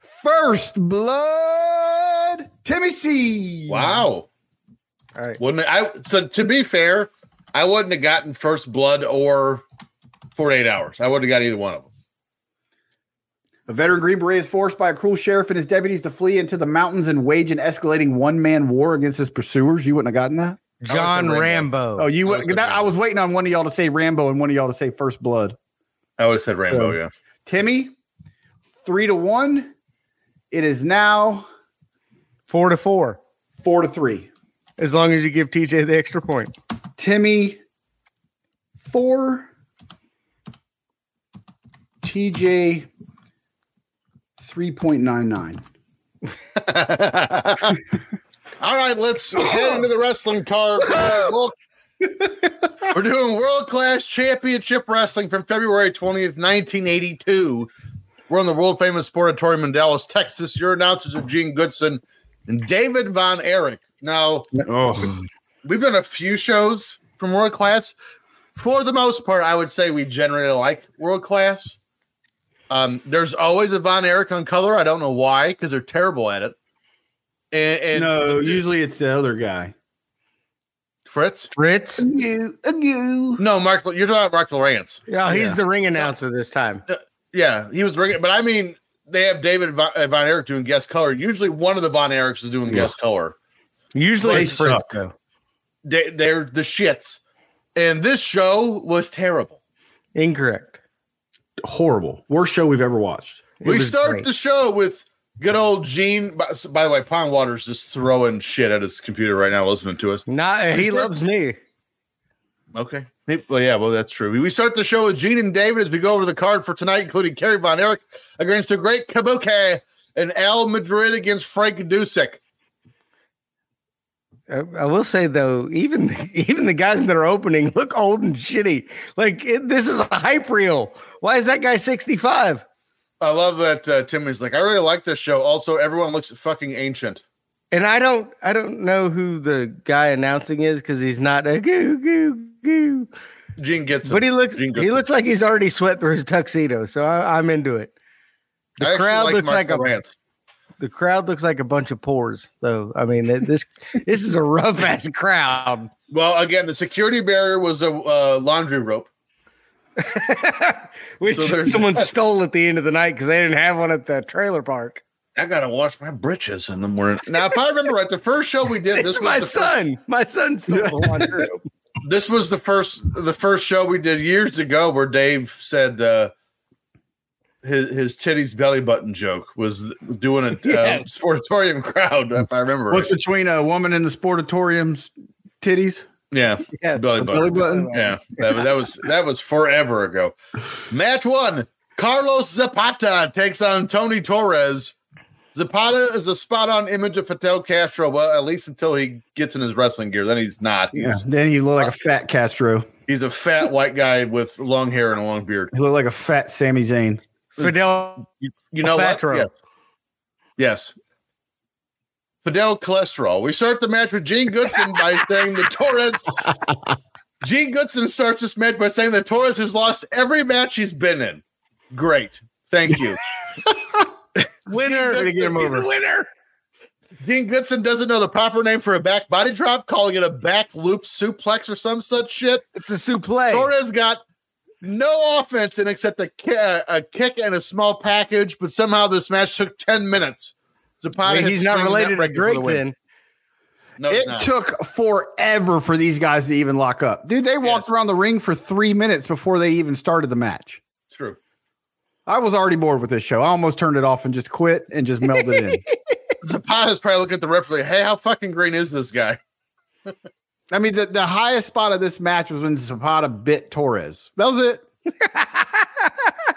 First Blood, Tennessee.
Wow.
All right.
Wouldn't I? So to be fair, I wouldn't have gotten First Blood or 48 Hours. I wouldn't have got either one of them.
A veteran Green Beret is forced by a cruel sheriff and his deputies to flee into the mountains and wage an escalating one-man war against his pursuers. You wouldn't have gotten that.
John
Rambo.
Rambo.
Oh, you
I
would.
was
That, I was waiting on one of y'all to say Rambo and one of y'all to say First Blood.
I would have said Rambo.
So-
yeah.
Timmy, three to one. It is now
Four to four.
four to three.
As long as you give TJ the extra point.
Timmy, four. TJ, 3.99.
(laughs) All right, let's head into the wrestling card. Uh, well, We're doing World Class Championship Wrestling from February 20th, 1982. We're on the world famous sport auditorium in Dallas, Texas. Your announcers are Gene Goodson and David Von Erich. Now, we've done a few shows from World Class. For the most part, I would say we generally like World Class. Um, there's always a Von Erich on color. I don't know why, because they're terrible at it. And, and
No, usually it's the other guy.
Fritz?
Fritz?
You, you.
No, Mark. You're talking about Mark Lawrence.
Yeah, he's
Yeah.
the ring announcer this time.
Yeah, he was rigging. But I mean, they have David Von, uh, Von Erich doing guest color. Usually, one of the Von Erichs is doing guest color.
Usually
They
it's Fritz,
suck.
though.
They, they're the shits. And this show was terrible.
Incorrect.
Horrible. Worst show we've ever watched.
It
we
was
start
great.
the show with good old Gene. By, by the way, Pond Waters just throwing shit at his computer right now, listening to us.
Not he
start-
loves me.
Okay. Hey, Well, yeah, well, that's true. We- We start the show with Gene and David as we go over the card for tonight, including Kerry Von Erich against the great Kabuki and Al Madrid against Frank Dusek.
I I will say though, even even the (laughs) guys that are opening look old and shitty. Like it, this is a hype reel. Why is that guy sixty five?
I love that uh, Timmy's like, I really like this show. Also, everyone looks fucking ancient.
And I don't I don't know who the guy announcing is because he's not a goo goo goo.
Gene gets it.
But he looks
Gene
he
Goodman.
looks like he's already sweat through his tuxedo. So I, I'm into it. The
I actually
crowd looks
Mark
like a
Lawrence.
the crowd looks like a bunch of pores though. I mean th- this this is a rough ass crowd. (laughs)
Well, again, the security barrier was a uh, laundry rope.
Which
So there's
someone stole at the end of the night because they didn't have one at the trailer park.
I gotta wash my britches in the morning. Now, if I remember right, the first show we did,
(laughs)
this
It's
was
my
the first-
son. My son stole the
(laughs)
laundry.
this was the first the first show we did years ago where Dave said uh, his his titties belly button joke was doing a uh, (laughs)
Yes.
sportatorium crowd if I remember.
What's
right.
between a woman in the sportatorium's titties?
Yeah,
Yeah.
belly
Belly
button.
button?
Yeah, that, was- that was that was forever ago. Match one: Carlos Zapata takes on Tony Torres. Zapata is a spot-on image of Fidel Castro. Well, at least until he gets in his wrestling gear, then he's not.
Yeah.
He's,
Then he looked like a fat Castro.
he's a fat white guy with long hair and a long beard.
He looked like a fat Sami Zayn.
Fidel
You know what?
Fatro.
Yes. yes. Fidel cholesterol. We start the match with Gene Goodson by saying the Torres. Gene Goodson starts this match by saying that Torres has lost every match he's been in. Great. Thank you.
winner.
Goodson,
to get him
he's a
over. winner.
Gene Goodson doesn't know the proper name for a back body drop, calling it a back loop suplex or some such shit.
It's a suplex.
Torres got no offense and except a, ki- uh, a kick and a small package, but somehow this match took 10 minutes. Zapata
I mean,
hit
he's
the
not
swinging
related to
neckbreaker for the
Drake
win.
then. (laughs)
No, it's
It
not.
took forever for these guys to even lock up. Dude, they walked
Yes.
around the ring for three minutes before they even started the match.
It's true.
I was already bored with this show. I almost turned it off and just quit and just melded
(laughs)
in.
Zapata's probably looking at the referee. like, Hey, how fucking green is this guy?
I mean, the, the highest spot of this match was when Zapata bit Torres. That was
(laughs)
it.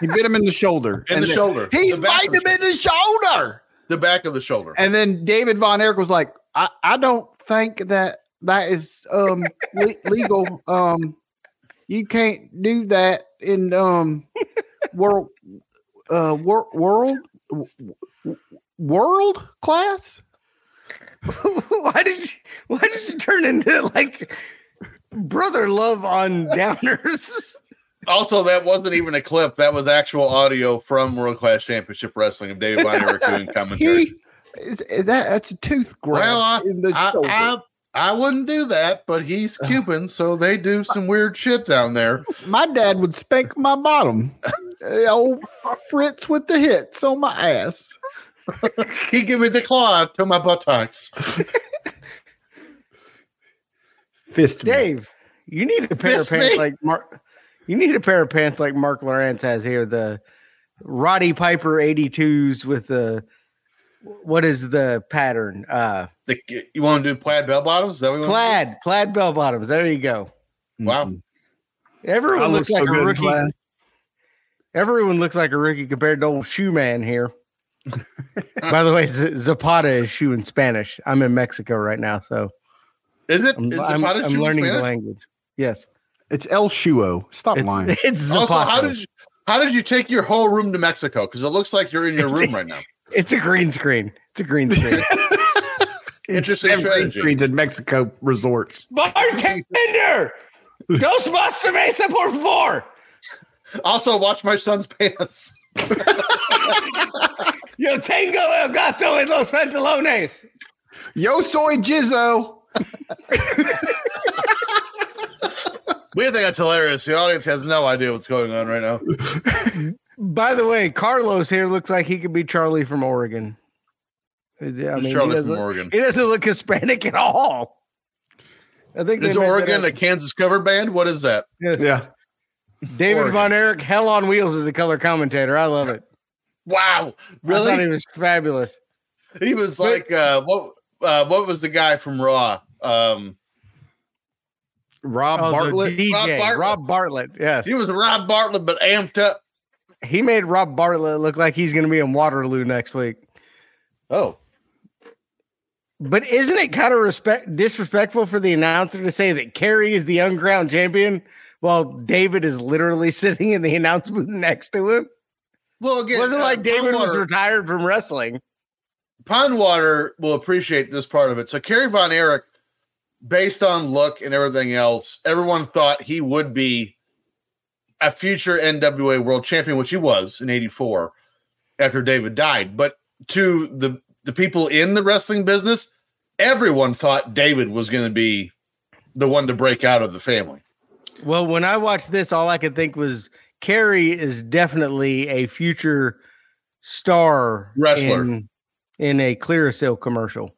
he bit him in the shoulder.
In
And
the
then-
shoulder.
He's
The back
biting
of
him
the
in the shoulder.
The back of the shoulder.
And then David Von Erich was like, I, I don't think that
that is um le-
(laughs)
legal. Um, you can't do that in um world uh wor- world w- world class.
why did you why did you turn into like brother love
(laughs)
on downers?
Also, that wasn't even a clip. That was actual audio from World Class Championship Wrestling of David Bonnier
(laughs)
doing commentary.
He is that that's a tooth grab
Well, I-
in the
I,
shoulder.
I, I wouldn't do that, but he's Cuban, so they do some weird shit down there.
My dad would spank my bottom. Uh, old Fritz with the hits on my ass.
He give me the claw to my buttocks.
Fist me.
Dave, you need a pair
Miss
of pants
me?
like Mark. You need a pair of pants like Mark Lawrence has here. The Roddy Piper 82s with the what is the pattern? Uh
The, you want to do plaid bell bottoms? Is that what you wanna do?
plaid, plaid bell bottoms. There you go.
Wow.
Everyone
I look
looks
so
like
good
a
in
rookie.
plaid.
Everyone looks like a rookie compared to old shoe man
(laughs)
here. By the way, Z- Zapata is shoe in Spanish. I'm in Mexico right now, so
Is it?
I'm,
is
I'm-
Zapata
I'm
shooting
learning the
Spanish?
language. Yes,
It's El Shuo. Stop lying.
it's, (laughs) it's Zapata.
Also, how did you how did you take your whole room to Mexico? Because it looks like you're in your room right (laughs) now.
It's a green screen. It's a
(laughs)
green screen.
Interesting
Every green
strategy.
screen's in Mexico resorts.
(laughs) Bartender, dos más cerveza por favor.
Also, watch my son's (laughs) pants.
Yo tengo el gato en los pantalones.
Yo soy Jizzo.
We think that's hilarious. The audience has no idea what's going on right now.
By the way, Carlos here looks like he could be Charlie from Oregon. Uh, I mean, he
Charlie
doesn't-
from Oregon.
He doesn't look Hispanic at all. I think
Is
they made that
Oregon a
up.
Kansas cover band? What is that?
Yes.
Yeah.
David
Oregon.
Von Erich, Hell on Wheels, is a color commentator. I love it.
Wow, really?
I thought he was fabulous.
(laughs) He was like, uh, what? Uh, what was the guy from Raw? Um,
Rob
Oh, the
Bartlett.
DJ,
Rob
Rob
Bartlett.
Bartlett. Yes,
he was Rob Bartlett, but amped up.
he made Rob Bartlett look like he's going to be in Waterloo next week.
Oh,
But isn't it kind of respect disrespectful for the announcer to say that Kerry is the unground champion while David is literally (laughs) sitting in the announcement next to him?
well, again,
It wasn't
uh,
like David was
Pondwater-
retired from wrestling.
Pondwater will appreciate this part of it. So Kerry Von Erich, based on look and everything else, everyone thought he would be a future NWA World Champion, which he was in '84 after David died. But to the the people in the wrestling business, everyone thought David was going to be the one to break out of the family.
Well, when I watched this, all I could think was Kerry is definitely a future star
Wrestler.
in, in a Clearasil commercial.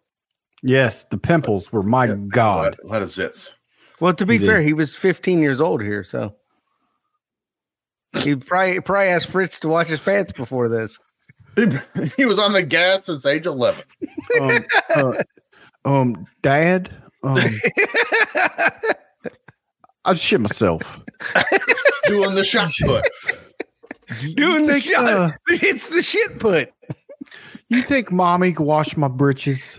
Yes, the pimples were my god.
Let, let us zits. (laughs)
Well, to be
He did.
fair, he was 15 years old here, so he probably probably asked Fritz to watch his pants before this. (laughs)
he was on the gas since age 11.
um, uh, um, Dad, (laughs) um, I shit (laughs) myself.
Doing the shot put.
doing the shit.
uh,
(laughs) it's the shit put.
You think mommy can wash my britches?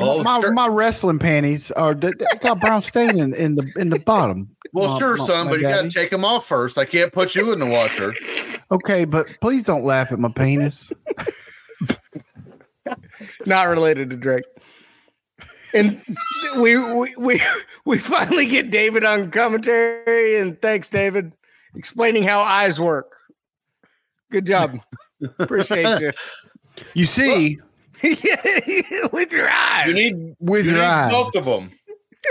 Oh,
my,
sure.
my wrestling panties are they, they got brown stain in, in the in the bottom.
Well,
my-
sure,
my-
son,
my
but you got to
daddy.
take them off first. I can't put you in the washer.
Okay, but please don't laugh at my penis.
Not related to Drake. And (laughs) we we we we finally get David on commentary, and thanks, David, explaining how eyes work. Good job. Appreciate you. (laughs)
You see,
With your eyes.
You need,
with
you
your
need
eyes.
both of them.
Um,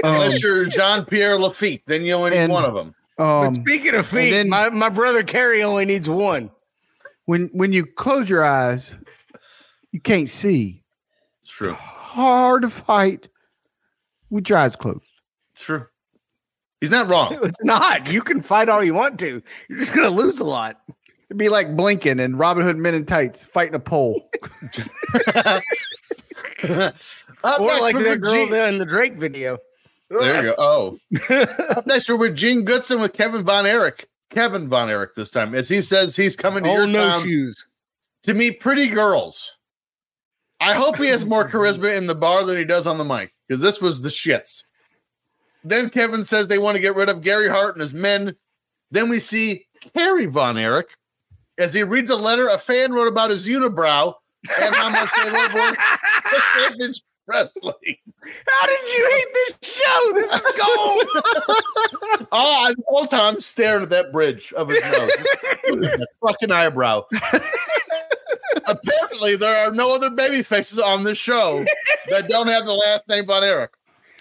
Oh.
Unless you're Jean Pierre Lafitte, then you only need
And-
one of them.
um,
but speaking of feet,
then-
my, my brother Carrie only needs one.
when when you close your eyes, you can't see.
It's true.
Hard to fight with your eyes closed.
It's true. He's
(laughs)
not wrong. (laughs)
It's not. You can fight all you want to. You're just gonna lose a lot.
It'd be like Blinken and Robin Hood Men in Tights fighting a (laughs) pole.
Up
Or
next,
like
we're
that
with
girl
Gene-
there in the Drake video.
There you go.
(laughs)
Oh. Up next, we're with Gene Goodson with Kevin Von Erich. Kevin Von Erich this time. As he says, he's coming to
Oh
your
no
town
shoes.
to meet pretty girls. I hope he has more charisma in the bar than he does on the mic. because this was the shits. Then Kevin says they want to get rid of Gary Hart and his men. Then we see Kerry Von Erich as he reads a letter a fan wrote about his unibrow and how much they love women's wrestling.
How did you hate this show? This is gold.
(laughs) Oh, I'm all time staring at that bridge of his nose. Just look at that fucking eyebrow. Apparently, there are no other baby faces on this show that don't have the last name Von Erich.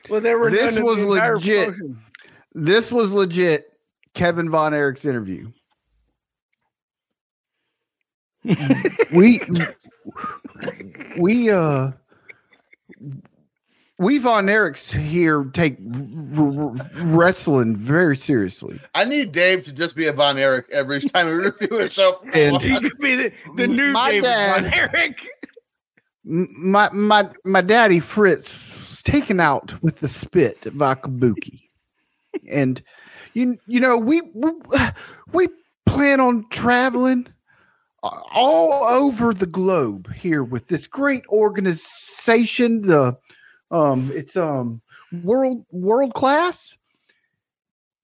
well, there were
This
none in
was
the entire
legit.
promotion.
This was legit Kevin Von Erich's interview. (laughs) we we uh we Von Erichs here take r- r- wrestling very seriously.
I need Dave to just be a Von Erich every time we review a show. from now
And-
on.
Could be the, the new
My
David
dad-
Von Erich.
M- My my my daddy Fritz was taken out with the spit by Kabuki, and you you know we we, we plan on traveling all over the globe here with this great organization. The um, it's um world world class,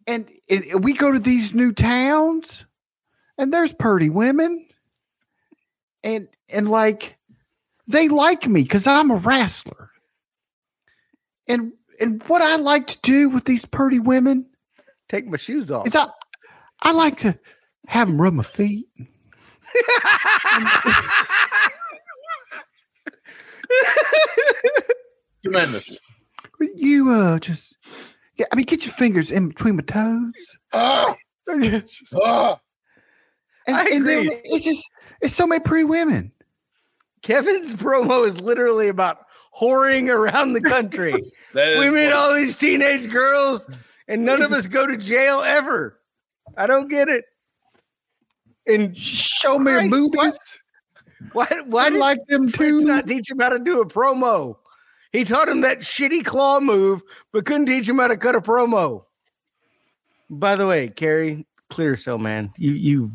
and, and we go to these new towns, and there's pretty women, and and like they like me because I'm a wrestler. And and what I like to do with these pretty women
Take my shoes off.
is I I like to have them rub my feet. (laughs)
Tremendous.
You uh just yeah, I mean get your fingers in between my toes.
Ah,
And,
ah.
and then it's just it's so many pretty women.
Kevin's promo is literally about whoring around the
(laughs)
country.
That is-
we meet all these teenage girls, and none of us go to jail ever. I don't get it. And
Show me your
Christ,
boobies.
why? Why
I
did
like them too.
Prince not teach him how to do a promo? He taught him that shitty claw move, but couldn't teach him how to cut a promo. By the way, Carrie, clear so man, you you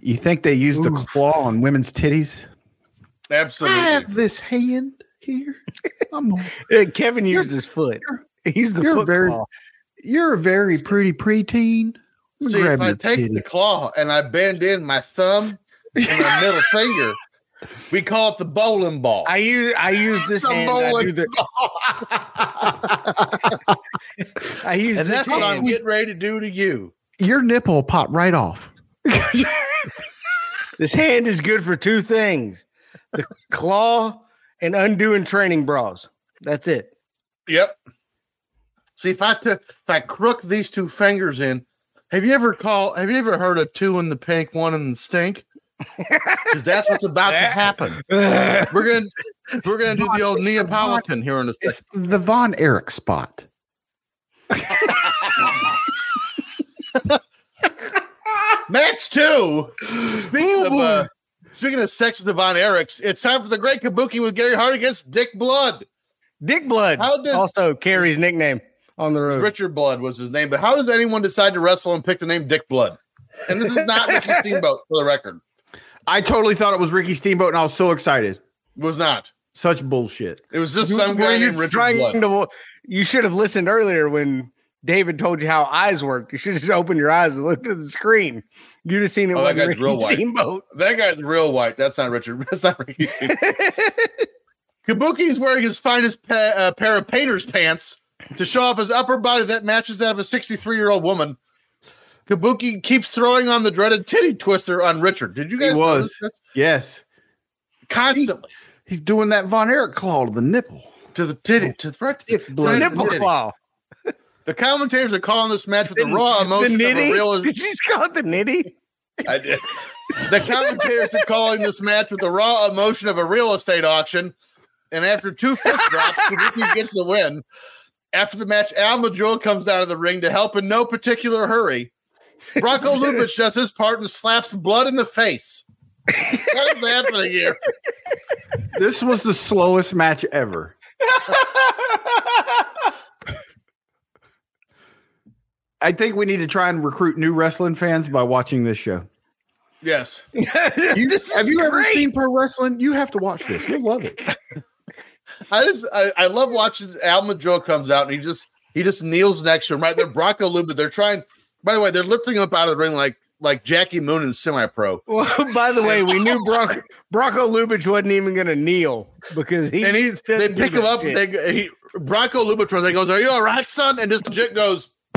You think they use the claw on women's titties? I
absolutely.
have this hand here. I'm a
Uh, Kevin
You're-
used his foot. (laughs) He's the
you're
foot
very-
claw.
You're a very pretty preteen.
See, if I take the claw and I bend in my thumb and
(laughs)
my middle finger, we call it the bowling ball.
I use I use this hand. I, do the, (laughs) I use
and
this
that's what I'm
hand.
getting ready to do to you.
Your nipple will pop right off.
This hand is good for two things:
(laughs)
the claw and undoing training bras. That's it.
Yep. See if I took if I crook these two fingers in. Have you ever call? Have you ever heard of two in the pink, one in the (laughs) stink? Because that's what's about to (laughs) happen. We're gonna we're gonna do the old Neapolitan here in a second.
It's the Von Erich spot.
Match two. Speaking of uh, speaking of sex with the Von Erichs, it's time for the Great Kabuki with Gary Hart against Dick Blood.
Dick Blood.
How does-
also Carrie's nickname on the road.
Richard Blood was his name, but how does anyone decide to wrestle and pick the name Dick Blood? And this is not (laughs) Ricky Steamboat for the record.
I totally thought it was Ricky Steamboat, and I was so excited.
was not.
Such bullshit.
It was (laughs) just some guy named Richard
trying
Blood.
to- you should have listened earlier when David told you how eyes work. You should have just opened your eyes and looked at the screen. You'd have seen it
Oh, that
wasn't
guy's real
Ricky
white.
Steamboat.
That guy's real white. That's not Richard. (laughs) That's not Ricky.
(laughs)
Kabuki is wearing his finest pa- uh, pair of painter's pants to show off his upper body that matches that of a 63 year old woman. Kabuki keeps throwing on the dreaded titty twister on Richard. Did you guys
was.
notice
Yes.
this? constantly
He's doing that Von Erich claw to the nipple.
to the titty to the right to the,
The
side of the
nipple
titty.
claw.
The commentators are calling this match with the raw emotion
the
of a real.
nitty. (laughs) She's called the nitty.
I did. The commentators are calling this match with the raw emotion of a real estate auction. And after two fist drops, Kabuki gets the win. After the match, Al Madrill comes out of the ring to help in no particular hurry. Bronco Lubitsch does his part and slaps blood in the face. What is happening here?
This was the slowest match ever. I think we need to try and recruit new wrestling fans by watching this
(laughs)
show.
Yes.
You, have you ever seen pro wrestling? You have to watch this. You'll love it.
I just I, I love watching Al Madril comes out and he just he just kneels next to him right there. Bronco Luba, they're trying. By the way, they're lifting him up out of the ring like like Jackie Moon in semi pro,
Well, (laughs) by the way, we knew Bronco, Bronco Lubich wasn't even going to kneel because he
and he's they
doesn't
pick
give
him
a
up.
shit.
They he, Bronco Lubatron. They goes, "Are you all right, son?" And just legit goes.
(laughs)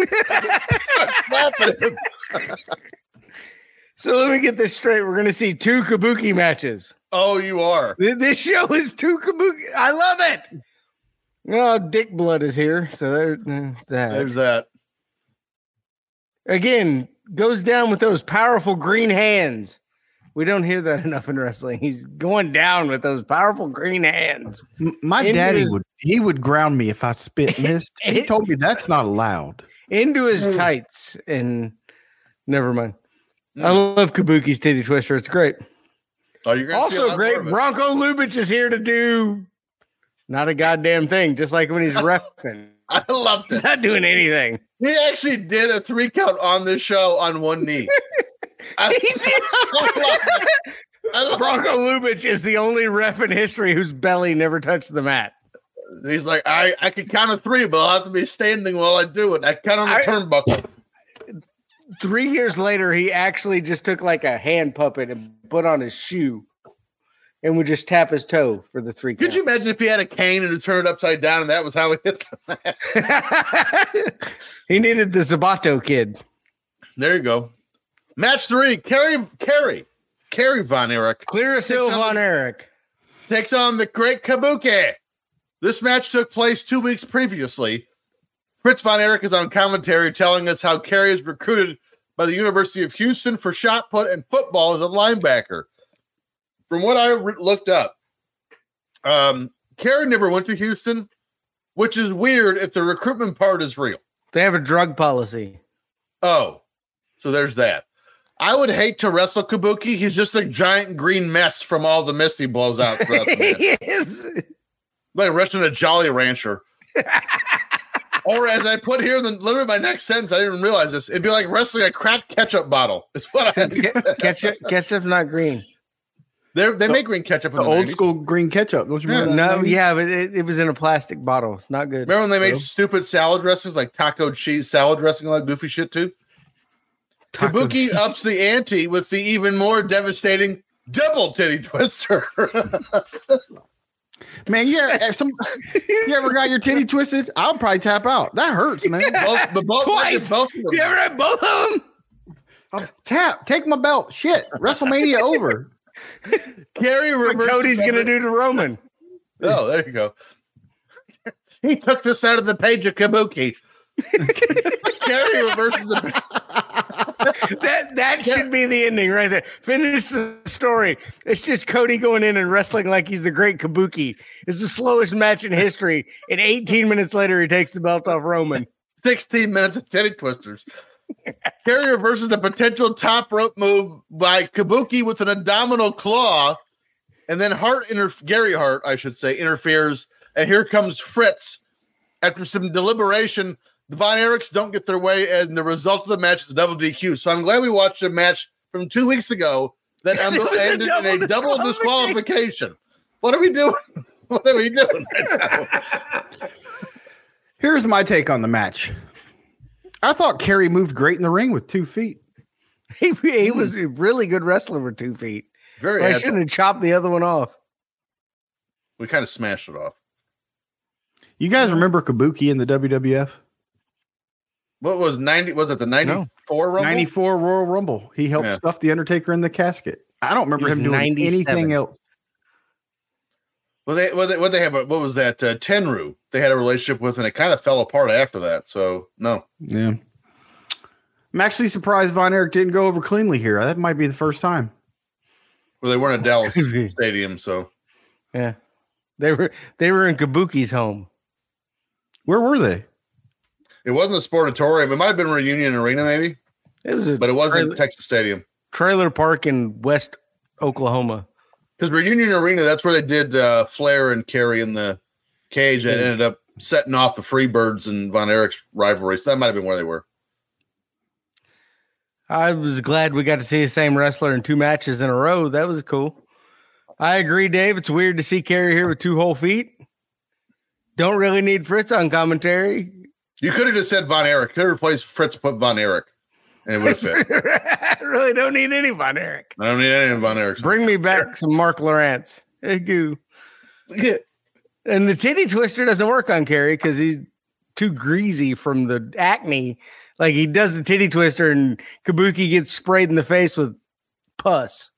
starts slapping him.
so let me get this straight. We're going to see two Kabuki matches.
Oh, you are.
Th- This show is two Kabuki. I love it. Well, Dick Blood is here, so there, there's that
There's that.
again goes down with those powerful green hands. We don't hear that (laughs) enough in wrestling. He's going down with those powerful green hands.
M- My
Into
daddy
his-
would he would ground me if I spit
(laughs)
mist. he told me that's not allowed.
into his tights and never mind. I love Kabuki's titty twister. It's great.
Oh, you're gonna see a
Also
lot
great.
more of it.
Bronco Lubich is here to do not a goddamn thing, just like when he's refing.
(laughs) I love
He's
that.
not doing anything.
He actually did a three count on this show on
(laughs)
one knee. I, (laughs) I love it. I love
Bronco Lubich is the only ref in history whose belly never touched the mat.
it. He's like, I, I could count a three, but I'll have to be standing while I do it. I count on the
I-
turnbuckle.
Three years later, he actually just took like a hand puppet and put on his shoe and would just tap his toe for the three.
Could you imagine if he had a cane and it turned upside down and that was how he hit the mat?
(laughs) he needed the Zabato kid.
There you go. Match three. Kerry, Kerry, Kerry Von Erich
Clear as hill, Von Eric.
takes on the Great Kabuki. This match took place two weeks previously. Fritz von Erich is on commentary telling us how Kerry is recruited by the University of Houston for shot put and football as a linebacker. From what I re- looked up, um, Kerry never went to Houston, which is weird if the recruitment part is real.
They have a drug policy.
Oh, so there's that. I would hate to wrestle Kabuki. He's just a giant green mess from all the mist he blows
(laughs)
out. throughout
(laughs)
the match.
yes.
like wrestling a
(laughs)
Jolly Rancher. or as I put here, in the literally my next sentence, I didn't realize this. It'd be like wrestling a cracked ketchup bottle. It's what I
Ketchup, ketchup, not green.
They're, they make green ketchup in
The
the
old
90s.
school green ketchup. Don't you remember? that,
No,
lady?
yeah, but it, it was in a plastic bottle. It's not good.
Remember when they made stupid salad dressings like taco cheese salad dressing, all that goofy shit too?
Taco
Kabuki ups the ante with the even more devastating double titty twister. (laughs)
man. Yeah, some, you ever got your titty twisted? I'll probably tap out. That
(laughs)
hurts, man.
both, but both,
Twice.
both of them.
You ever had both of them?
I'll tap. Take my belt. Shit. WrestleMania over.
Gary
What
reverses
Cody's gonna
every-
do to Roman?
Oh, there you go. he took this out of the page of Kabuki. Gary reverses the.
That that should be the ending right there. Finish the story. It's just Cody going in and wrestling like he's the great Kabuki. It's the slowest match in history. And 18 minutes later, he takes the belt off Roman.
16 minutes of teddy twisters. Carrier versus a potential top rope move by Kabuki with an abdominal claw. And then Hart, interf Gary Hart, I should say, interferes. And here comes Fritz. After some deliberation, the Von Erichs don't get their way. And the result of the match is a double DQ. So I'm glad we watched a match from two weeks ago
(laughs)
that um,
was a
ended in
double
a double disqualification. What are we doing? (laughs) What are we doing?
Here's my take on the match. I thought Kerry moved great in the ring with two feet.
(laughs) He, he was a really good wrestler with two feet.
Very
I
agile.
shouldn't have chopped the other one off.
We kind of smashed it off.
You guys remember Kabuki in the WWF?
What was ninety? Was it the ninety four Rumble?
94 Royal Rumble. He helped
Yeah.
stuff the Undertaker in the casket. I don't remember
He
him
was
doing
97.
anything else.
Well, they what they, what they have? What was that? Uh, Tenru. They had a relationship with, and it kind of fell apart after that. So no,
Yeah. I'm actually surprised Von Erich didn't go over cleanly here. That might be the first time.
well,
(laughs)
they weren't at Dallas
Could be.
Stadium. So
Yeah. They were they were in Kabuki's home.
Where were they?
it wasn't a Sportatorium. It might have been Reunion Arena, maybe,
It was a
but it wasn't
trailer,
Texas Stadium
trailer park in West Oklahoma.
because Reunion Arena. That's where they did uh, Flair and Kerry in the cage, and it ended up setting off the Freebirds and Von Erich's rivalry. So that might have been where they were.
I was glad we got to see the same wrestler in two matches in a row. That was cool. I agree, Dave. It's weird to see Carey here with two whole feet. Don't really need Fritz on commentary.
You could have just said Von Erich. Could have replaced Fritz put Von Erich, and it would have
(laughs)
fit.
I really don't need any Von Eric.
I don't need any of Von Erichs. (laughs)
Bring me back some Mark Lawrence. Hey, goo. And the titty twister doesn't work on Carey because he's too greasy from the acne. Like he does the titty twister and Kabuki gets sprayed in the face with pus.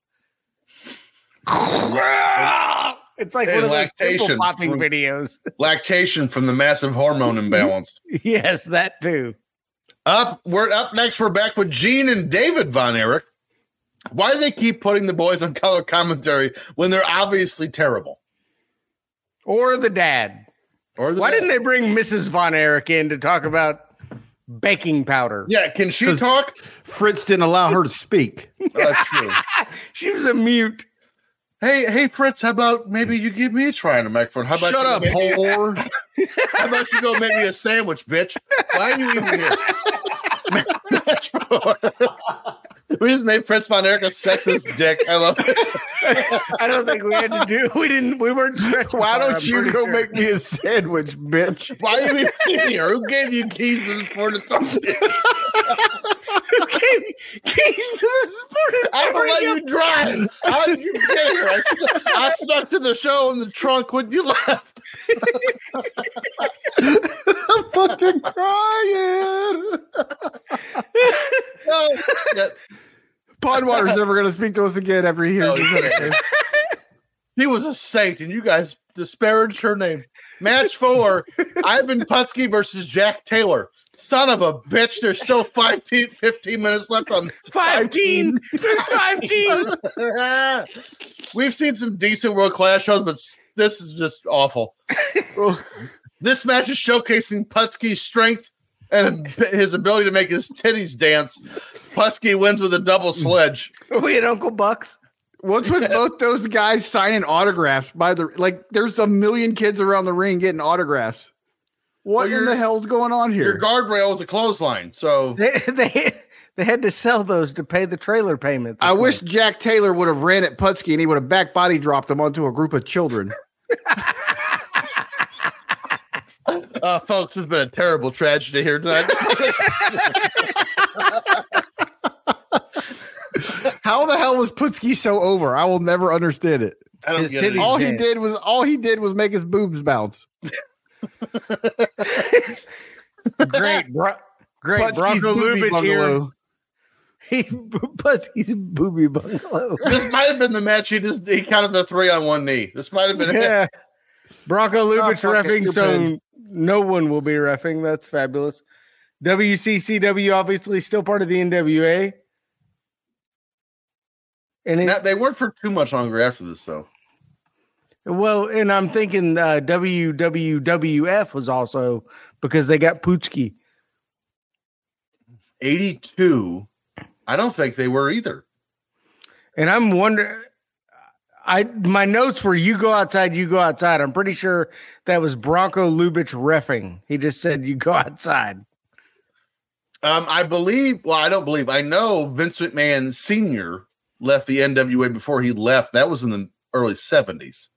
It's like
Hey,
one of those pimple
lactation
popping
from-
videos. (laughs)
Lactation from the massive hormone imbalance.
yes, that too.
Up, we're up next. We're back with Gene and David Von Erich. Why do they keep putting the boys on color commentary when they're obviously terrible?
Or the dad.
Or the
Why didn't they bring Mrs. Von Erich in to talk about baking powder?
Yeah, can she talk?
Fritz didn't allow her to speak.
Oh, That's true.
She was a mute. (laughs)
hey, hey, Fritz, how about maybe you give me a try on the microphone? How about
Shut
you
up,
make me-
whore.
(laughs) How about you go make me a sandwich, bitch? Why are you even here? (laughs) we just made Prince Von Erich a sexist dick. I love it.
I don't think we had to do. We didn't. We weren't. stretched
Why
for it,
don't
I'm
you
pretty
go
sure.
make me a sandwich, bitch?
(laughs) Why are you even here? Who gave you keys to this
(laughs)
porn authority?
Okay, keys to the sport?
I don't let you drive. How did you get here? I, sn- I snuck to the show in the trunk when you left.
I'm fucking crying.
No, yeah,
(laughs) Podwater's never going to speak to us again after he hears
no,
this.
you can't. He was a saint, and you guys disparaged her name. Match four: Ivan Putski versus Jack Taylor. Son of a bitch! There's still 15, 15 minutes left on.
(laughs)
Fifteen. There's fifteen.
We've seen some decent world class shows, but s- this is just
(laughs)
awful. this match is showcasing Putski's strength and ab- his ability to make his titties dance. Putski wins with a double sledge.
Are we at Uncle Buck's?
What's (laughs) with both those guys signing autographs by the like? There's a million kids around the ring getting autographs. What
Well,
in the
you're-
hell's going on here?
Your guardrail is a clothesline, so
They, (laughs) they they had to sell those to pay the trailer payment. this
I wish
month.
Jack Taylor would have ran at Putski and he would have back body dropped him onto a group of children.
uh, folks, it's been a terrible tragedy
(laughs)
here tonight.
(laughs) How the hell was Putski so over? I will never understand it.
I don't
His
get it.
titties-
All-
All he
dead.
did was all he did was make his boobs bounce.
great, bro,
(laughs)
great
Putski's
Bronco
boobie
Lubitsch here.
bungalow.
(laughs) He Bucky's booby
(laughs)
bungalow.
this might have been the match he just he counted the three on one knee. This might have been it.
yeah. Bronco Lubitsch
fuck it,
refing,
you're
so no one will be refing. That's fabulous. WCCW obviously still part of the NWA. And it,
(laughs) Now, they weren't for too much longer after this, though.
well, and I'm thinking uh, WWWF was also because they got Poochki.
82. I don't think they were either.
And I'm wondering, I my notes were you go outside, you go outside. I'm pretty sure that was Bronco Lubitsch refing. He just said you go outside.
Um, I believe. Well, I don't believe. I know Vince McMahon Senior left the NWA before he left. That was in the early seventies.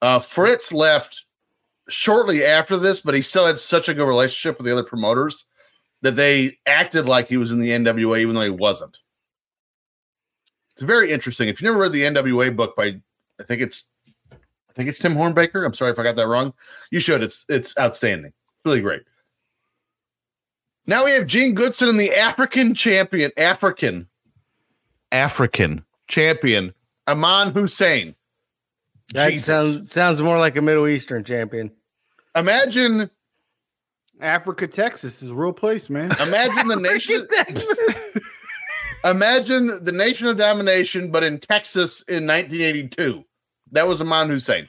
Uh, Fritz left shortly after this, but he still had such a good relationship with the other promoters that they acted like he was in the NWA, even though he wasn't. It's very interesting. If you never read the NWA book by, I think it's, I think it's Tim Hornbaker. I'm sorry if I got that wrong. You should. It's it's outstanding. It's really great. Now we have Gene Goodson and the African champion, African, African champion, Aman Hussein.
That
Jesus.
sounds sounds more like a Middle Eastern champion.
Imagine,
Africa, Texas is a real place, man.
imagine the nation. (laughs) imagine the nation of domination, but in Texas in 1982. That was Aman Hussein.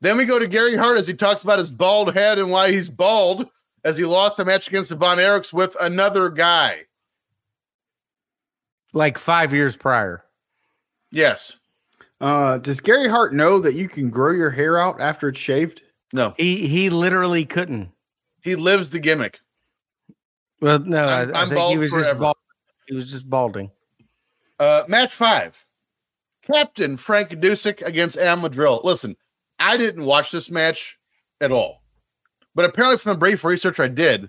Then we go to Gary Hart as he talks about his bald head and why he's bald as he lost the match against the Von Erichs with another guy.
Like five years prior.
Yes.
Uh, does Gary Hart know that you can grow your hair out after it's shaved?
No.
He he literally couldn't.
He lives the gimmick.
Well, no, I-
I'm-
I,
I'm
think he
bald
was
forever.
just bald. He was just balding.
Uh, match five. Captain Frank Dusick against Amadrill. Listen, I didn't watch this match at all, but apparently from the brief research I did,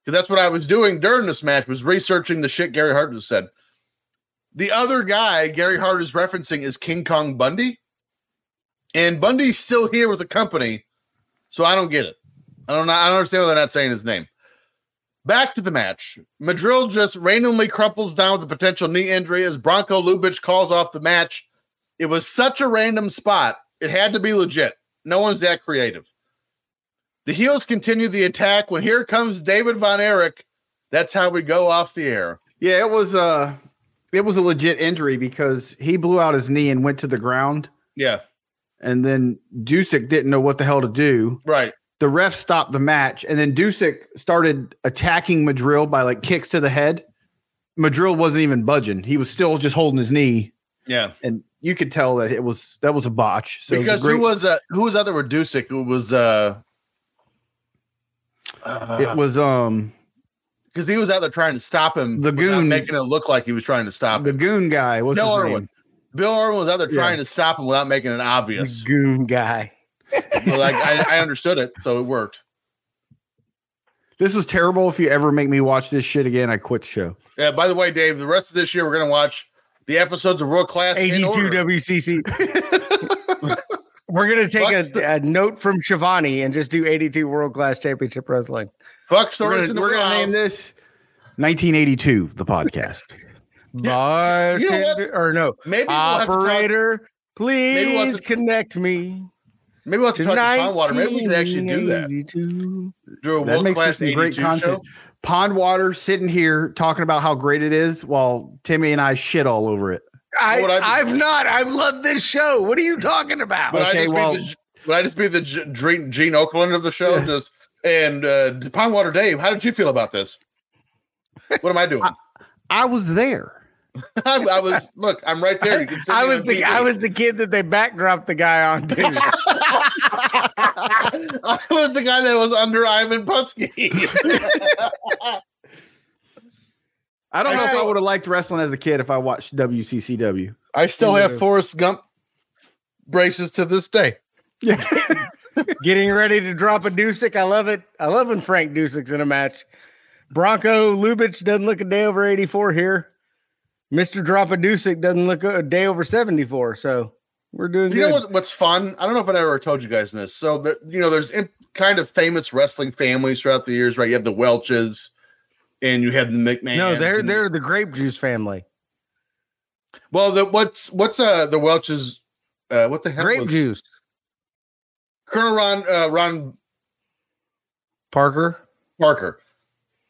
because that's what I was doing during this match was researching the shit Gary Hart just said. The other guy Gary Hart is referencing is King Kong Bundy, and Bundy's still here with the company, so I don't get it. I don't know. I don't understand why they're not saying his name. Back to the match. Madrill just randomly crumples down with a potential knee injury as Bronco Lubitsch calls off the match. It was such a random spot. It had to be legit. No one's that creative. The heels continue the attack when here comes David Von Erich. That's how we go off the air.
Yeah, it was uh it was a legit injury because he blew out his knee and went to the ground,
Yeah,
and then Dusick didn't know what the hell to do.
right.
The ref stopped the match, and then Dusick started attacking Madrill by like kicks to the head. Madrill wasn't even budging; he was still just holding his knee,
Yeah,
and you could tell that it was that was a botch. So it was a
because
great-
who was uh, who was other with Dusick? Who was uh,
it was um
because he was out there trying to stop him.
The
without
goon-
making it look like he was trying to stop
the
him.
goon guy. What's
Bill
his
Irwin.
name?
Bill Irwin was out there
Yeah.
trying to stop him without making it obvious.
Goon guy.
Well, like I, I understood it, so it worked.
This was terrible. If you ever make me watch this shit again, I quit the show.
Yeah. By the way, Dave, the rest of this year we're gonna watch the episodes of World Class. in
82
order. (laughs)
WCC. We're gonna take a, a note from Shivani and just do 82 World Class Championship Wrestling.
Fuck
We're
stories
gonna-
in the
we're gonna
Wild.
name this 1982, the
(laughs)
podcast.
Bartender,
You know what?
or no,
Maybe we'll have to talk-
operator, please
Maybe we'll have to-
connect me
Maybe we'll have
to
to talk to Pondwater. Maybe we can actually do that.
1982.
Do a
That
world
makes
class
this some great
82
content.
show.
Pond water sitting here talking about how great it is while Timmy and I shit all over it.
I,
would I be-
I've not. I've loved this show. What are you talking about?
Would
Okay,
I just
well-
be the, would I just be the G- Gene Gene Oakland of the show? Just and uh, Pondwater Dave, how did you feel about this? What am I doing? I,
I was there.
(laughs) I was look. I'm right
(laughs)
there. You can see
I
me
was
on
the I
TV.
was the kid that they backdropped the guy on. Too.
(laughs) I was the guy that was under Ivan Putski.
I don't know if I
Actually-
would have liked wrestling as a kid if I watched WCCW.
I still have Forrest Gump braces to this day.
Getting ready to drop a Dusik. I love it. I love when Frank Dusik's in a match. Bronco Lubitsch doesn't look a day over 84 here. Mr. Drop a Dusik doesn't look a day over 74. So we're doing
You know
good.
what, what's fun? I don't know if I ever told you guys this. So, there, you know, there's imp- kind of famous wrestling families throughout the years, right? You have the Welches and you have the McMahon.
no, they're they're the grape juice family.
well. The, what's what's uh the Welches? Uh, what the hell?
Grape
was-
juice.
Colonel Ron uh, Ron
Parker.
Parker.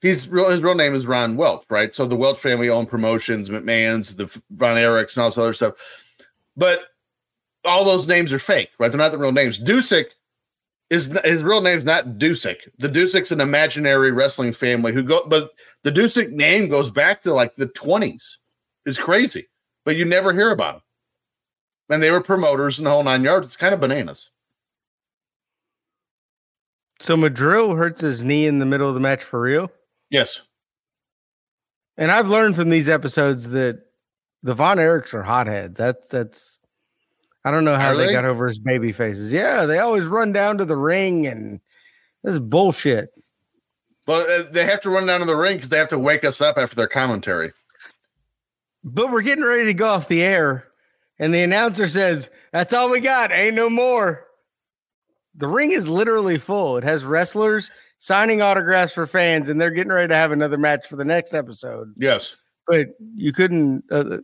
He's real. His real name is Ron Welch, right? So the Welch family owned promotions, McMahon's, the F- Von Erichs, and all this other stuff. But all those names are fake, right? They're not the real names. Dusick is n- his real name's not Dusick. The Dusick's an imaginary wrestling family who go, but the Dusick name goes back to like the twenties. It's crazy, but you never hear about them. And they were promoters and the whole nine yards. It's kind of bananas.
So Madrill hurts his knee in the middle of the match for real.
Yes.
And I've learned from these episodes that the Von Erichs are hotheads. That's that's I don't know how
Are
they,
they?
got over his baby faces. Yeah, they always run down to the ring and this is bullshit.
Well, uh, they have to run down to the ring because they have to wake us up after their commentary.
But we're getting ready to go off the air, and the announcer says, That's all we got, ain't no more. The ring is literally full. It has wrestlers signing autographs for fans, and they're getting ready to have another match for the next episode.
Yes.
But you couldn't. Uh,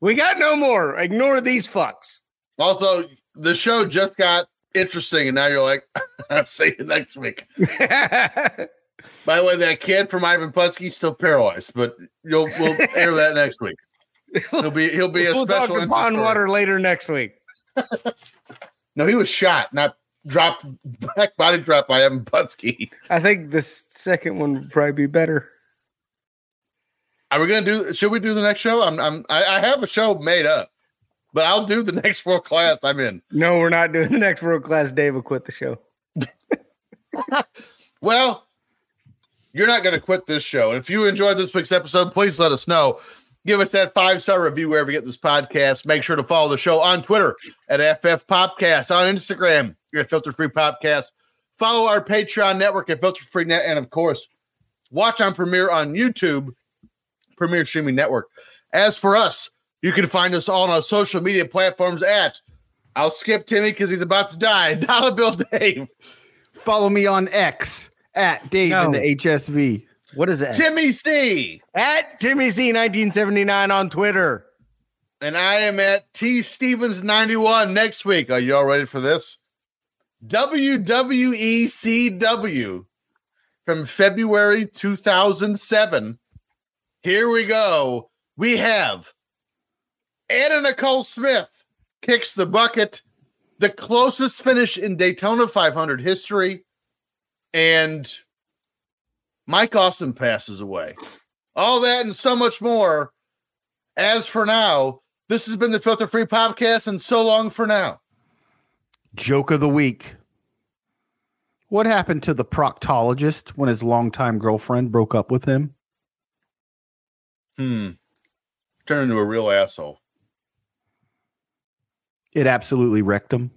we got no more. Ignore these fucks.
(laughs) Also, the show just got interesting, and now you're like, (laughs) I'll see you next week. By the way, that kid from Ivan Putski's still paralyzed, but you'll we'll air that next week. He'll be he'll be a
we'll talk
special
to
interest
Pond
story.
Water later next week.
No, he was shot, not dropped (laughs) back body drop by Ivan Putski.
I think this second one would probably be better.
Are we gonna do should we do the next show? I'm I'm I, I have a show made up, but I'll do the (laughs) next world class I'm in.
No, we're not doing the next world class. Dave will quit the show.
Well, you're not going to quit this show. And if you enjoyed this week's episode, please let us know. Give us that five star review wherever you get this podcast. Make sure to follow the show on Twitter at FF Podcast, on Instagram at Filter Free Podcast. Follow our Patreon network at Filter Free Net, and of course, watch on Premiere on YouTube, Premiere Streaming Network. As for us, you can find us all on our social media platforms at I'll skip Timmy because he's about to die. (laughs) Dollar Bill Dave.
Follow me on X at Dave in
No.
the HSV.
What is that?
Timmy C.
At Timmy C 1979 on Twitter.
And I am at T Stevens 91 next week. Are you all ready for this? WWECW from February 2007. Here we go. We have Anna Nicole Smith kicks the bucket, the closest finish in Daytona 500 history, and Mike Austin passes away. All that and so much more. As for now, this has been the Filter Free Podcast, and so long for now.
Joke of the week. What happened to the proctologist when his longtime girlfriend broke up with him?
Hmm. Turn into a real asshole.
It absolutely wrecked him.